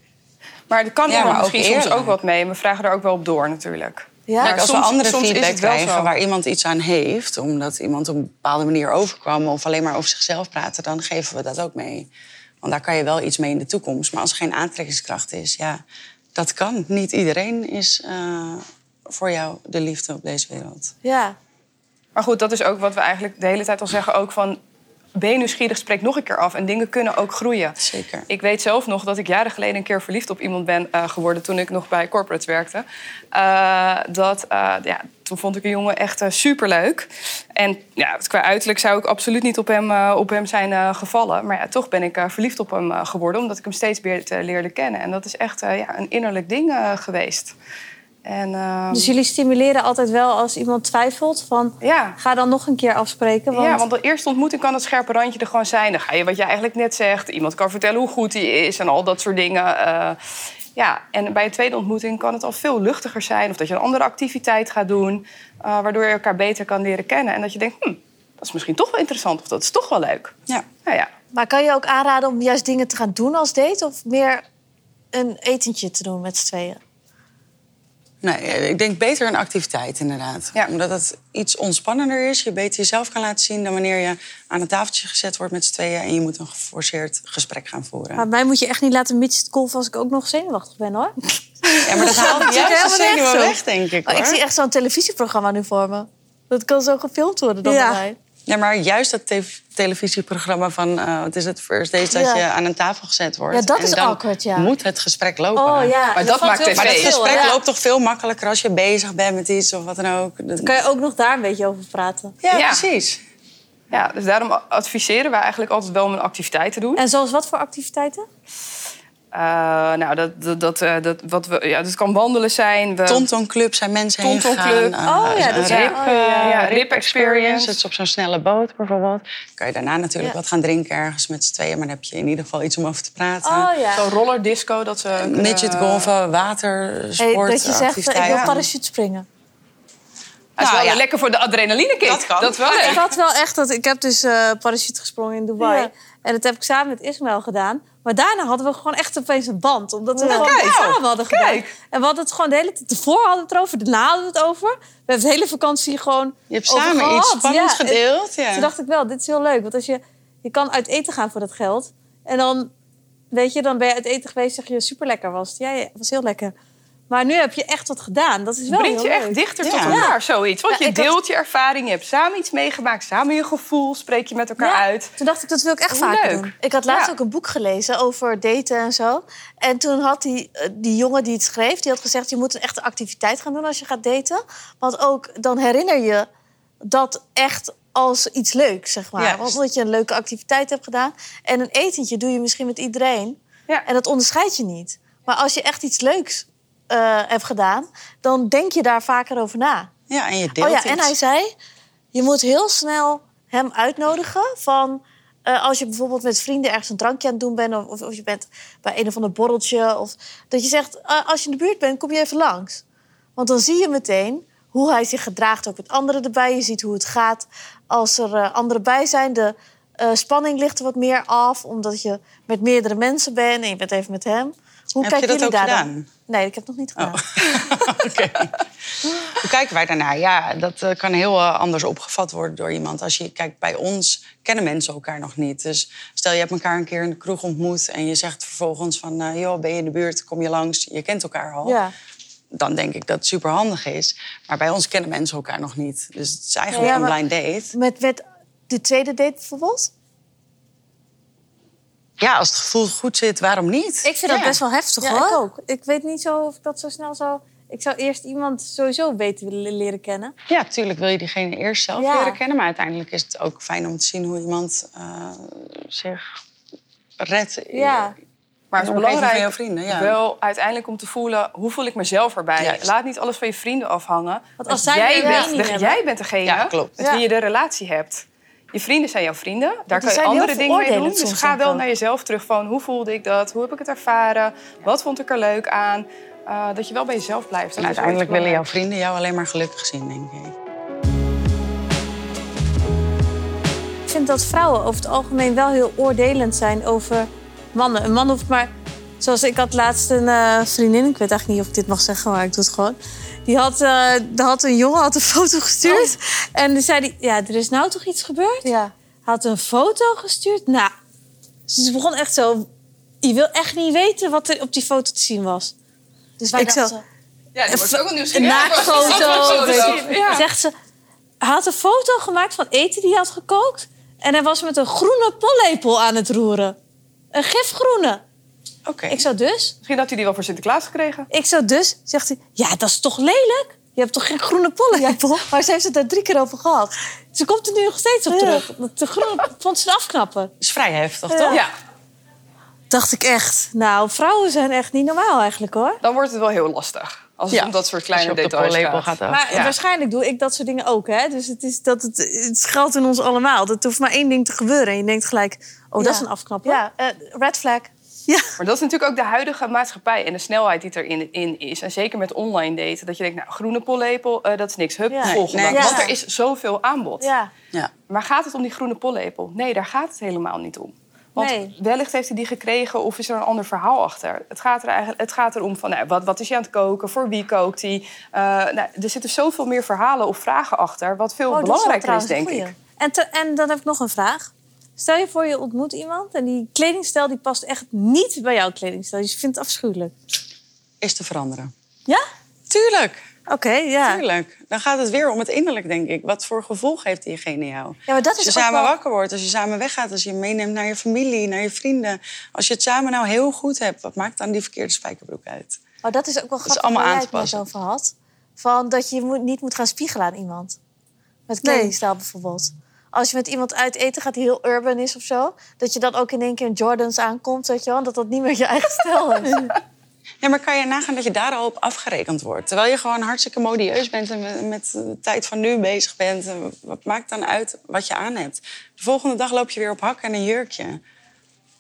Speaker 3: Maar er kan
Speaker 4: Ja,
Speaker 3: iemand
Speaker 4: maar ook
Speaker 3: misschien soms
Speaker 4: eerlijk.
Speaker 3: ook wat mee. We vragen er ook wel op door natuurlijk.
Speaker 2: Ja?
Speaker 4: Kijk, als
Speaker 3: soms-
Speaker 4: we andere
Speaker 3: soms is
Speaker 4: feedback
Speaker 3: het wel
Speaker 4: krijgen
Speaker 3: zo.
Speaker 4: waar iemand iets aan heeft... omdat iemand op een bepaalde manier overkwam... of alleen maar over zichzelf praten, dan geven we dat ook mee. Want daar kan je wel iets mee in de toekomst. Maar als er geen aantrekkingskracht is, ja, dat kan. Niet iedereen is eh, voor jou de liefde op deze wereld.
Speaker 2: Ja.
Speaker 3: Maar goed, dat is ook wat we eigenlijk de hele tijd al zeggen. Ook van, ben je nieuwsgierig, spreek nog een keer af. En dingen kunnen ook groeien.
Speaker 4: Zeker.
Speaker 3: Ik weet zelf nog dat ik jaren geleden een keer verliefd op iemand ben eh, geworden... toen ik nog bij corporates werkte. Eh, dat, eh, ja, toen vond ik een jongen echt eh, superleuk. En ja, qua uiterlijk zou ik absoluut niet op hem, eh, op hem zijn eh, gevallen. Maar ja, toch ben ik eh, verliefd op hem eh, geworden... omdat ik hem steeds meer te- leerde kennen. En dat is echt eh, ja, een innerlijk ding eh, geweest. En, ehm,
Speaker 1: Dus jullie stimuleren altijd wel als iemand twijfelt van...
Speaker 3: ja.
Speaker 1: ga dan nog een keer afspreken. Want...
Speaker 3: Ja, want de eerste ontmoeting kan het scherpe randje er gewoon zijn. Dan ga je wat je eigenlijk net zegt. Iemand kan vertellen hoe goed hij is en al dat soort dingen. eh. ja, en bij een tweede ontmoeting kan het al veel luchtiger zijn. Of dat je een andere activiteit gaat doen. eh, waardoor je elkaar beter kan leren kennen. En dat je denkt, hm, dat is misschien toch wel interessant. Of dat is toch wel leuk.
Speaker 4: Ja.
Speaker 3: Nou ja,
Speaker 2: Maar kan je ook aanraden om juist dingen te gaan doen als date? Of meer een etentje te doen met z'n tweeën?
Speaker 4: Nee, ik denk beter een activiteit inderdaad.
Speaker 3: Ja.
Speaker 4: Omdat het iets ontspannender is. Je beter jezelf kan laten zien dan wanneer je aan een tafeltje gezet wordt met z'n tweeën... en je moet een geforceerd gesprek gaan voeren.
Speaker 1: Maar mij moet je echt niet laten midget golfen als ik ook nog zenuwachtig ben, hoor.
Speaker 4: Ja, maar dat haalt
Speaker 2: zit helemaal
Speaker 4: juist de zenuwen
Speaker 2: nergens op.
Speaker 4: weg, denk ik.
Speaker 2: Oh, ik
Speaker 4: hoor.
Speaker 2: zie echt zo'n televisieprogramma nu voor me. Dat kan zo gefilmd worden dan
Speaker 1: Ja.
Speaker 2: bij mij.
Speaker 4: Ja, maar juist dat tev- televisieprogramma van, eh, wat is het, First Days, dat
Speaker 2: Ja.
Speaker 4: je aan een tafel gezet wordt.
Speaker 2: Ja, dat
Speaker 4: en
Speaker 2: is
Speaker 4: dan
Speaker 2: awkward, ja.
Speaker 4: moet het gesprek lopen.
Speaker 2: Oh ja.
Speaker 3: dat maakt
Speaker 2: valt heel
Speaker 4: Maar
Speaker 3: TV.
Speaker 4: dat
Speaker 2: veel,
Speaker 4: gesprek
Speaker 2: ja.
Speaker 4: loopt toch veel makkelijker als je bezig bent met iets of wat dan ook. Dat-
Speaker 1: Kan je ook nog daar een beetje over praten.
Speaker 4: Ja,
Speaker 3: Ja.
Speaker 4: precies.
Speaker 3: ja, dus daarom adviseren we eigenlijk altijd wel om een activiteit te doen.
Speaker 1: En zoals wat voor activiteiten?
Speaker 3: Eh, nou, dat, dat, dat, eh, dat, wat we, ja, dat kan wandelen zijn. We,
Speaker 4: Tonton Club zijn mensen heen
Speaker 3: Tonton
Speaker 4: gegaan.
Speaker 3: Club.
Speaker 4: eh,
Speaker 1: Oh ja, dat is
Speaker 4: een
Speaker 1: wel-
Speaker 4: rip
Speaker 3: eh, ja, Rip
Speaker 4: experience.
Speaker 3: Experience.
Speaker 4: Het is op zo'n snelle boot bijvoorbeeld. Kan je daarna natuurlijk wat gaan drinken ergens met z'n tweeën. Maar dan heb je in ieder geval iets om over te praten.
Speaker 1: Oh ja.
Speaker 3: Zo'n roller disco. Dat ze kunnen-
Speaker 4: Midget golven, water,
Speaker 2: Hey,
Speaker 4: sport,
Speaker 2: Eh, dat je zegt, eh, ik
Speaker 4: activiteiten.
Speaker 2: wil parachute springen.
Speaker 3: Dat is
Speaker 4: Nou,
Speaker 3: wel
Speaker 4: ja.
Speaker 3: lekker voor de adrenaline kick.
Speaker 4: Dat kan.
Speaker 3: Dat wel.
Speaker 1: Ik had wel echt dat. Ik heb dus eh, parachute gesprongen in Dubai.
Speaker 2: Ja.
Speaker 1: En dat heb ik samen met Ismaël gedaan. Maar daarna hadden we gewoon echt opeens een band. Omdat we
Speaker 3: Nou,
Speaker 1: het gewoon
Speaker 3: kijk.
Speaker 1: samen hadden gedaan.
Speaker 3: Kijk.
Speaker 1: En we hadden het gewoon de hele tijd. Tevoren hadden we het over, daarna hadden we het over. We hebben de hele vakantie gewoon.
Speaker 4: Je hebt
Speaker 1: over
Speaker 4: samen
Speaker 1: gehad.
Speaker 4: iets spannends
Speaker 1: Ja, en-
Speaker 4: gedeeld. Ja.
Speaker 1: Toen dacht ik wel, dit is heel leuk. Want als je, je kan uit eten gaan voor dat geld. En dan weet je, dan ben je uit eten geweest, zeg je super lekker was. het. Ja, ja, was heel lekker. Maar nu heb je echt wat gedaan. Dat is wel
Speaker 3: Brengt
Speaker 1: heel
Speaker 3: je
Speaker 1: leuk.
Speaker 3: echt dichter tot
Speaker 4: Ja.
Speaker 3: elkaar, zoiets. Want
Speaker 1: Ja,
Speaker 3: je
Speaker 1: ik had-
Speaker 3: deelt je ervaring, je hebt samen iets meegemaakt, samen je gevoel, spreek je met elkaar
Speaker 1: Ja.
Speaker 3: uit.
Speaker 1: Toen dacht ik, dat wil ik echt
Speaker 3: Hoe
Speaker 1: vaak
Speaker 3: leuk.
Speaker 1: doen.
Speaker 2: Ik had laatst
Speaker 3: Ja.
Speaker 2: ook een boek gelezen over daten en zo. En toen had die, eh, die jongen die het schreef, die had gezegd... je moet een echte activiteit gaan doen als je gaat daten. Want ook dan herinner je dat echt als iets leuks, zeg maar.
Speaker 3: Juist.
Speaker 2: Omdat je een leuke activiteit hebt gedaan. En een etentje doe je misschien met iedereen.
Speaker 3: Ja.
Speaker 2: En dat onderscheid je niet. Maar als je echt iets leuks eh, hebt gedaan... dan denk je daar vaker over na.
Speaker 4: Ja, en je deelt
Speaker 2: oh ja,
Speaker 4: iets.
Speaker 2: en hij zei: je moet heel snel hem uitnodigen van. eh, als je bijvoorbeeld met vrienden ergens een drankje aan het doen bent, of, of, of je bent bij een of ander borreltje, of dat je zegt: eh, als je in de buurt bent, kom je even langs. Want dan zie je meteen hoe hij zich gedraagt, ook met anderen erbij. Je ziet hoe het gaat als er eh, anderen bij zijn. De eh, spanning ligt er wat meer af, omdat je met meerdere mensen bent en je bent even met hem. Hoe
Speaker 4: Heb je
Speaker 2: kijken
Speaker 4: dat
Speaker 2: jullie
Speaker 4: ook
Speaker 2: daar dan?
Speaker 4: gedaan? Oh.
Speaker 2: Nee, ik heb het nog niet gedaan.
Speaker 4: Oké. Hoe kijken wij daarnaar? Ja, dat eh, kan heel eh, anders opgevat worden door iemand. Als je kijkt bij ons, kennen mensen elkaar nog niet. Dus stel je hebt elkaar een keer in de kroeg ontmoet... en je zegt vervolgens van, eh, joh, ben je in de buurt, kom je langs. Je kent elkaar al.
Speaker 2: Ja.
Speaker 4: Dan denk ik dat het superhandig is. Maar bij ons kennen mensen elkaar nog niet. Dus het is eigenlijk
Speaker 2: Ja, maar-
Speaker 4: een blind date.
Speaker 2: Met, met de tweede date bijvoorbeeld?
Speaker 4: Ja, als het gevoel goed zit, waarom niet?
Speaker 1: Ik vind dat
Speaker 4: Ja.
Speaker 1: best wel heftig,
Speaker 2: Ja,
Speaker 1: hoor.
Speaker 2: ik ook.
Speaker 1: Ik weet niet zo of ik dat zo snel zou... Ik zou eerst iemand sowieso beter willen leren kennen.
Speaker 4: Ja, natuurlijk wil je diegene eerst zelf
Speaker 1: Ja.
Speaker 4: leren kennen. Maar uiteindelijk is het ook fijn om te zien hoe iemand eh, zich redt. in-
Speaker 1: Ja.
Speaker 3: Maar het is
Speaker 4: In de omgeving
Speaker 3: belangrijk
Speaker 4: van jouw vrienden, ja.
Speaker 3: wel uiteindelijk om te voelen hoe voel ik mezelf erbij.
Speaker 4: Juist.
Speaker 3: Laat niet alles van je vrienden afhangen. Want
Speaker 1: als zij
Speaker 3: jij,
Speaker 1: een mening
Speaker 3: bent, de-
Speaker 1: hebben-
Speaker 3: jij bent degene
Speaker 4: Ja, klopt.
Speaker 3: met wie je de relatie hebt. Je vrienden zijn jouw vrienden. Daar kan je
Speaker 2: zijn heel
Speaker 3: andere dingen mee doen.
Speaker 2: veroordelend
Speaker 3: Dus
Speaker 2: soms
Speaker 3: ga
Speaker 2: ook
Speaker 3: wel
Speaker 2: ook.
Speaker 3: naar jezelf terug van hoe voelde ik dat? Hoe heb ik het ervaren? Wat vond ik er leuk aan? Eh, dat je wel bij jezelf blijft.
Speaker 4: En
Speaker 3: Dat is wel
Speaker 4: uiteindelijk willen jouw
Speaker 3: belangrijk.
Speaker 4: vrienden jou alleen maar gelukkig zien, denk ik.
Speaker 1: Ik vind dat vrouwen over het algemeen wel heel oordelend zijn over mannen. Een man hoeft maar... Zoals ik had laatst een eh, vriendin... Ik weet eigenlijk niet of ik dit mag zeggen, maar ik doe het gewoon. Die had, eh, die had een jongen had een foto gestuurd. En die zei die, ja, er is nou toch iets gebeurd?
Speaker 2: Oh. Ja.
Speaker 1: had een foto gestuurd. Nou, ze begon echt zo. Je wil echt niet weten wat er op die foto te zien was.
Speaker 2: Dus wij
Speaker 1: Ik zou-
Speaker 2: dachten...
Speaker 3: Ja, dat wordt ook een
Speaker 1: Een
Speaker 3: nieuwsgierig.
Speaker 1: naaktfoto. weet je.
Speaker 3: Ja.
Speaker 1: Zegt ze. Hij had een foto gemaakt van eten die hij had gekookt. En hij was met een groene pollepel aan het roeren. Een gifgroene.
Speaker 4: Oké.
Speaker 1: Ik zou dus.
Speaker 3: Misschien had hij die wel voor Sinterklaas gekregen.
Speaker 1: Ik zou dus. Zegt hij. Ja, dat is toch lelijk? Je hebt toch geen groene pollepel?
Speaker 2: Maar ze heeft het daar drie keer over gehad.
Speaker 1: Ze komt er nu nog steeds op
Speaker 2: Ja.
Speaker 1: terug. Dat De groene vond ze een afknapper.
Speaker 4: is vrij heftig, toch?
Speaker 3: Ja,
Speaker 1: Dacht ik echt. Nou, vrouwen zijn echt niet normaal eigenlijk hoor.
Speaker 3: dan wordt het wel heel lastig. Als het om dat soort kleine
Speaker 4: Als je op de
Speaker 3: details
Speaker 4: pollepel
Speaker 3: gaat.
Speaker 4: gaat. af.
Speaker 1: Maar
Speaker 3: Oh, Ja.
Speaker 1: waarschijnlijk doe ik dat soort dingen ook, hè? Dus het, is dat het, het geldt in ons allemaal. Dat hoeft maar één ding te gebeuren. En je denkt gelijk, oh, dat is een afknapper.
Speaker 2: Ja, eh, red flag.
Speaker 1: Ja.
Speaker 3: Maar dat is natuurlijk ook de huidige maatschappij en de snelheid die erin in is. En zeker met online daten. Dat je denkt, nou, groene pollepel, eh, dat is niks. Hup,
Speaker 2: Ja.
Speaker 3: volgende.
Speaker 4: Nee.
Speaker 3: Want
Speaker 2: Ja.
Speaker 3: er is zoveel aanbod.
Speaker 2: Ja.
Speaker 4: Ja.
Speaker 3: Maar gaat het om die groene pollepel? Nee, daar gaat het helemaal niet om. Want
Speaker 1: Nee.
Speaker 3: wellicht heeft hij die gekregen of is er een ander verhaal achter. Het gaat, er eigenlijk, het gaat erom van, nou, wat, wat is hij aan het koken? Voor wie kookt hij? Eh, nou, er zitten zoveel meer verhalen of vragen achter... wat veel
Speaker 1: Oh, dat is wel
Speaker 3: belangrijker is,
Speaker 1: trouwens
Speaker 3: denk
Speaker 1: een
Speaker 3: ik.
Speaker 1: goeie. En, te- en dan heb ik nog een vraag. Stel je voor, je ontmoet iemand en die kledingstijl die past echt niet bij jouw kledingstijl. Dus je vindt het afschuwelijk.
Speaker 4: Is te veranderen.
Speaker 1: Ja?
Speaker 4: Tuurlijk,
Speaker 1: Oké, ja.
Speaker 4: tuurlijk. Dan gaat het weer om het innerlijk, denk ik. Wat voor gevoel geeft diegene jou?
Speaker 1: Ja, maar dat
Speaker 4: als
Speaker 1: is
Speaker 4: je
Speaker 1: ook
Speaker 4: samen
Speaker 1: wel-
Speaker 4: wakker wordt, als je samen weggaat... als je meeneemt naar je familie, naar je vrienden... als je het samen nou heel goed hebt... wat maakt dan die verkeerde spijkerbroek uit?
Speaker 2: Maar Oh, dat is ook wel
Speaker 4: is
Speaker 2: grappig
Speaker 4: allemaal
Speaker 2: waar jij
Speaker 4: aan
Speaker 2: het
Speaker 4: te
Speaker 2: net
Speaker 4: passen.
Speaker 2: over had. Van dat je moet, niet moet gaan spiegelen aan iemand. Met
Speaker 1: Nee.
Speaker 2: kledingstijl bijvoorbeeld. Als je met iemand uit eten gaat die heel urban is of zo... dat je dan ook in één keer in Jordans aankomt, weet je wel. en Dat dat niet meer je eigen stijl is. Dus
Speaker 4: Ja, maar kan je nagaan dat je daar al op afgerekend wordt? Terwijl je gewoon hartstikke modieus bent en met- met de tijd van nu bezig bent. En Wat maakt dan uit wat je aan hebt? De volgende dag loop je weer op hak en een jurkje.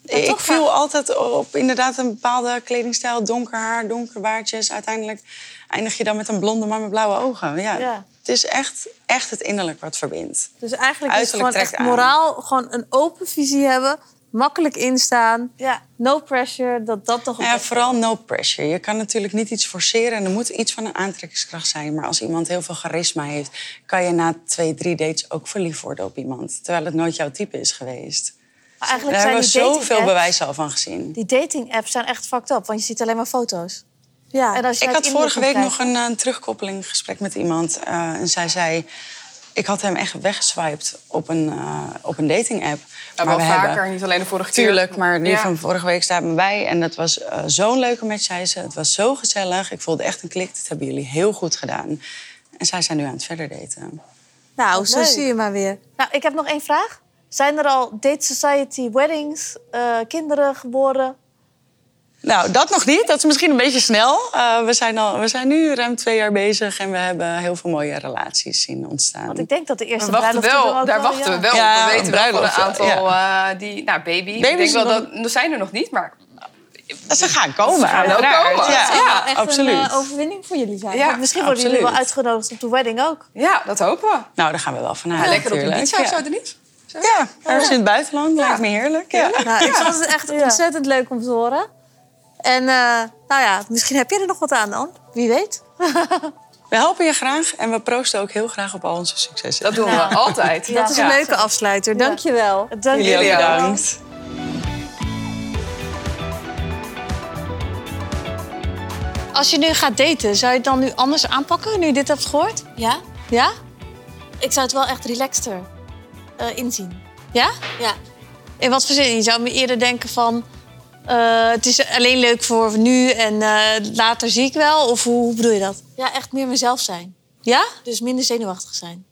Speaker 4: ik
Speaker 2: toch
Speaker 4: viel altijd op inderdaad een bepaalde kledingstijl. Donker haar, donkere baardjes. Uiteindelijk eindig je dan met een blonde man met blauwe ogen. Ja.
Speaker 2: Ja.
Speaker 4: Het is echt, echt het innerlijk wat verbindt.
Speaker 1: Dus eigenlijk is het
Speaker 4: Uiterlijk
Speaker 1: gewoon
Speaker 4: trekt
Speaker 1: echt
Speaker 4: aan.
Speaker 1: moraal. Gewoon een open visie hebben. Makkelijk instaan.
Speaker 2: Ja.
Speaker 1: No pressure. Dat dat toch...
Speaker 4: Nou ja, vooral no pressure. Je kan natuurlijk niet iets forceren en er moet iets van een aantrekkingskracht zijn. Maar als iemand heel veel charisma heeft, kan je na twee, drie dates ook verliefd worden op iemand. Terwijl het nooit jouw type is geweest.
Speaker 1: Maar eigenlijk zijn
Speaker 4: Daar hebben we
Speaker 1: die dating
Speaker 4: zoveel
Speaker 1: apps,
Speaker 4: bewijzen al van gezien.
Speaker 1: Die dating apps zijn echt fucked up, want je ziet alleen maar foto's.
Speaker 2: Ja.
Speaker 1: En als je
Speaker 4: Ik
Speaker 1: uit
Speaker 4: had
Speaker 1: India
Speaker 4: vorige
Speaker 1: komt
Speaker 4: week nog
Speaker 1: kijken-
Speaker 4: een, eh, een terugkoppeling gesprek met iemand. eh, en zij zei... Ik had hem echt weggeswiped op een, eh, op een dating app.
Speaker 3: Ja, wel vaker, niet alleen de vorige keer.
Speaker 4: Tuurlijk, maar die
Speaker 3: Ja.
Speaker 4: van vorige week staat me bij. En dat was eh, zo'n leuke match, zei ze. Het was zo gezellig. Ik voelde echt een klik. Dat hebben jullie heel goed gedaan. En zij zijn nu aan het verder daten.
Speaker 1: Nou,
Speaker 2: leuk.
Speaker 1: je maar weer.
Speaker 2: Nou, ik heb nog één vraag. Zijn er al Date Society weddings, eh, kinderen geboren?
Speaker 4: Nou, dat nog niet. Dat is misschien een beetje snel. Eh, we, zijn al, we zijn nu ruim twee jaar bezig en we hebben heel veel mooie relaties zien ontstaan.
Speaker 2: Want ik denk dat de eerste
Speaker 3: We wachten
Speaker 2: bruiloft toen
Speaker 3: wel,
Speaker 2: ook
Speaker 3: daar
Speaker 2: wel,
Speaker 3: wachten
Speaker 2: ja.
Speaker 3: we wel
Speaker 4: Ja,
Speaker 3: op. We weten wel van een
Speaker 4: bruiloft,
Speaker 3: aantal
Speaker 4: ja.
Speaker 3: eh, die... Nou, baby.
Speaker 4: Baby
Speaker 3: ik denk
Speaker 4: is
Speaker 3: wel
Speaker 4: nog-
Speaker 3: dat... Er zijn er nog niet, maar...
Speaker 4: Ze gaan komen.
Speaker 3: gaan wel
Speaker 4: uiteraard.
Speaker 3: komen.
Speaker 4: Ja,
Speaker 3: Het
Speaker 1: zou
Speaker 4: ja,
Speaker 1: wel echt
Speaker 4: absoluut.
Speaker 1: een eh, overwinning voor jullie zijn.
Speaker 3: Ja,
Speaker 1: Want
Speaker 2: Misschien worden jullie wel
Speaker 4: absoluut.
Speaker 2: uitgenodigd op de wedding ook.
Speaker 3: Ja, dat hopen we.
Speaker 4: Nou, daar gaan we wel vanuit.
Speaker 3: Ja, lekker op de
Speaker 4: natuurlijk.
Speaker 3: pizza of zo,
Speaker 4: Ja.
Speaker 3: Denise? Zo.
Speaker 4: Ja, ergens in het buitenland. Lijkt me heerlijk. Ja.
Speaker 1: Nou, ik vond het echt ontzettend leuk om te horen. En eh, nou ja, misschien heb jij er nog wat aan dan. Wie weet.
Speaker 4: We helpen je graag en we proosten ook heel graag op al onze successen.
Speaker 3: Dat doen we altijd.
Speaker 1: Dat is een
Speaker 3: Ja.
Speaker 1: leuke afsluiter. Dank je wel.
Speaker 2: Dank
Speaker 4: Jullie ook bedankt.
Speaker 1: Als je nu gaat daten, zou je het dan nu anders aanpakken nu je dit hebt gehoord?
Speaker 2: Ja,
Speaker 1: Ja?
Speaker 2: ik zou het wel echt relaxter eh, inzien.
Speaker 1: Ja?
Speaker 2: Ja.
Speaker 1: In wat voor zin? Je zou me eerder denken van... eh, het is alleen leuk voor nu en eh, later zie ik wel? Of hoe, hoe bedoel je dat?
Speaker 2: ja, echt meer mezelf zijn.
Speaker 1: Ja?
Speaker 2: Dus minder zenuwachtig zijn.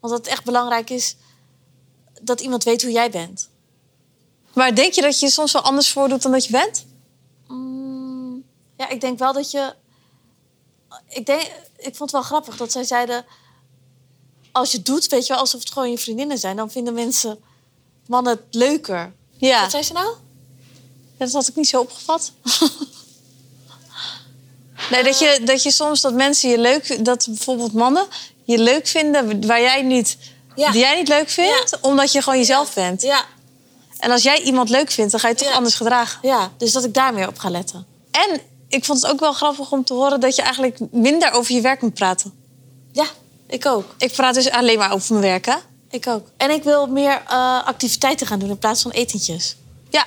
Speaker 2: Want dat het echt belangrijk is dat iemand weet hoe jij bent.
Speaker 1: Maar denk je dat je je soms wel anders voordoet dan dat je bent?
Speaker 2: Mm, ja, ik denk wel dat je. Ik, denk, ik vond het wel grappig dat zij zeiden. Als je het doet, weet je wel, alsof het gewoon je vriendinnen zijn, dan vinden mensen mannen het leuker.
Speaker 1: Ja.
Speaker 2: Wat zei ze nou?
Speaker 1: Dat had ik niet zo opgevat. nee, dat je, dat je soms dat mensen je leuk... Dat bijvoorbeeld mannen je leuk vinden waar jij niet...
Speaker 2: Ja.
Speaker 1: Die jij niet leuk vindt, omdat je gewoon jezelf bent.
Speaker 2: Ja.
Speaker 1: En als jij iemand leuk vindt, dan ga je toch
Speaker 2: Ja.
Speaker 1: anders gedragen.
Speaker 2: ja, dus dat ik daar meer op ga letten.
Speaker 1: En ik vond het ook wel grappig om te horen dat je eigenlijk minder over je werk moet praten.
Speaker 2: Ja, ik ook.
Speaker 1: Ik praat dus alleen maar over mijn werk, hè?
Speaker 2: Ik ook. En ik wil meer eh, activiteiten gaan doen in plaats van etentjes.
Speaker 1: Ja.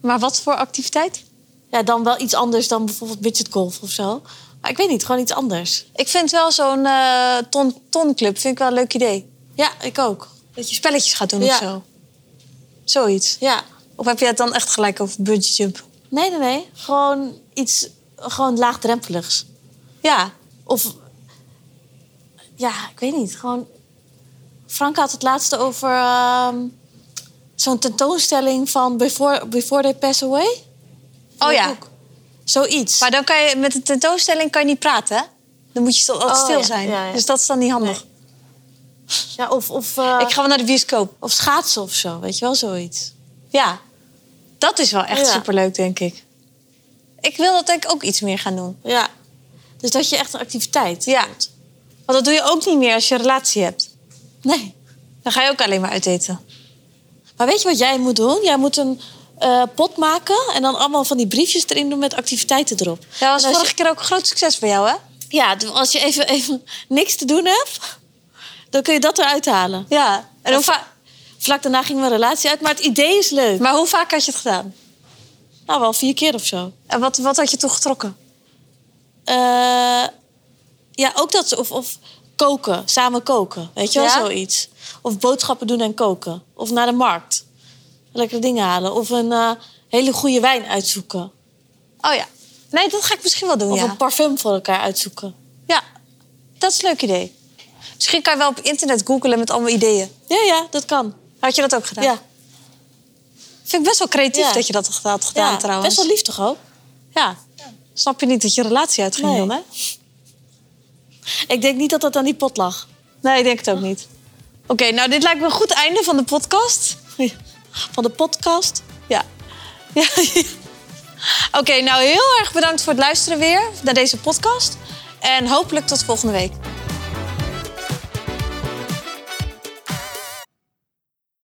Speaker 1: Maar wat voor activiteit?
Speaker 2: Ja, dan wel iets anders dan bijvoorbeeld budgetgolf of zo. Maar ik weet niet, gewoon iets anders.
Speaker 1: Ik vind wel zo'n eh, ton, tonclub vind ik wel een leuk idee.
Speaker 2: Ja, ik ook.
Speaker 1: Dat je spelletjes gaat doen
Speaker 2: Ja.
Speaker 1: of zo. Zoiets.
Speaker 2: Ja.
Speaker 1: Of heb je het dan echt gelijk over budget jump?
Speaker 2: Nee, nee, nee. Gewoon iets, gewoon laagdrempeligs.
Speaker 1: Ja.
Speaker 2: Of, ja, ik weet niet. Gewoon, Frank had het laatste over ehm, zo'n tentoonstelling van Before, Before They Pass Away.
Speaker 1: Oh ja.
Speaker 2: Ook. Zoiets.
Speaker 1: Maar dan kan je met een tentoonstelling kan je niet praten, hè? Dan moet je stil- altijd
Speaker 2: Oh,
Speaker 1: stil
Speaker 2: ja,
Speaker 1: zijn.
Speaker 2: ja, ja.
Speaker 1: Dus dat is dan niet handig.
Speaker 2: ja, of, of, eh,
Speaker 1: Ik ga wel naar de bioscoop.
Speaker 2: of schaatsen of zo, weet je wel, zoiets.
Speaker 1: Ja. Dat is wel echt
Speaker 2: Ja.
Speaker 1: superleuk, denk ik. Ik wil dat denk ik ook iets meer gaan doen.
Speaker 2: Ja. Dus dat je echt een activiteit
Speaker 1: Ja.
Speaker 2: doet.
Speaker 1: Want dat doe je ook niet meer als je een relatie hebt.
Speaker 2: Nee.
Speaker 1: Dan ga je ook alleen maar uiteten.
Speaker 2: Maar weet je wat jij moet doen? Jij moet een eh, pot maken en dan allemaal van die briefjes erin doen met activiteiten erop.
Speaker 1: Dat was
Speaker 2: En als je-
Speaker 1: vorige keer ook een groot succes bij jou, hè?
Speaker 2: Ja, als je even, even niks te doen hebt, dan kun je dat eruit halen.
Speaker 1: Ja. En hoe va-
Speaker 2: Vlak daarna ging mijn relatie uit, maar het idee is leuk.
Speaker 1: maar hoe vaak had je het gedaan?
Speaker 2: Nou, wel vier keer of zo.
Speaker 1: En wat, wat had je toen getrokken?
Speaker 2: Eh, ja, ook dat. Of, of koken, samen koken. Weet je wel,
Speaker 1: Ja?
Speaker 2: zoiets. Of boodschappen doen en koken. Of naar de markt. Lekkere dingen halen. Of een eh, hele goede wijn uitzoeken.
Speaker 1: Oh ja. Nee, dat ga ik misschien wel doen,
Speaker 2: Of
Speaker 1: ja.
Speaker 2: een parfum voor elkaar uitzoeken.
Speaker 1: Ja, dat is een leuk idee. Misschien kan je wel op internet googlen met allemaal ideeën.
Speaker 2: Ja, ja, dat kan.
Speaker 1: Had je dat ook gedaan?
Speaker 2: Ja,
Speaker 1: Vind ik best wel creatief
Speaker 2: Ja.
Speaker 1: dat je dat had gedaan,
Speaker 2: ja
Speaker 1: trouwens.
Speaker 2: best wel liefde ook.
Speaker 1: Ja. Snap je niet dat je relatie uitging
Speaker 2: Nee.
Speaker 1: dan, hè?
Speaker 2: Ik denk niet dat dat aan die pot lag.
Speaker 1: Nee, ik denk het ook niet. Oké, nou, dit lijkt me een goed einde van de podcast.
Speaker 2: Van de podcast.
Speaker 1: Ja. ja. Oké, nou heel erg bedankt voor het luisteren weer naar deze podcast. En hopelijk tot volgende week.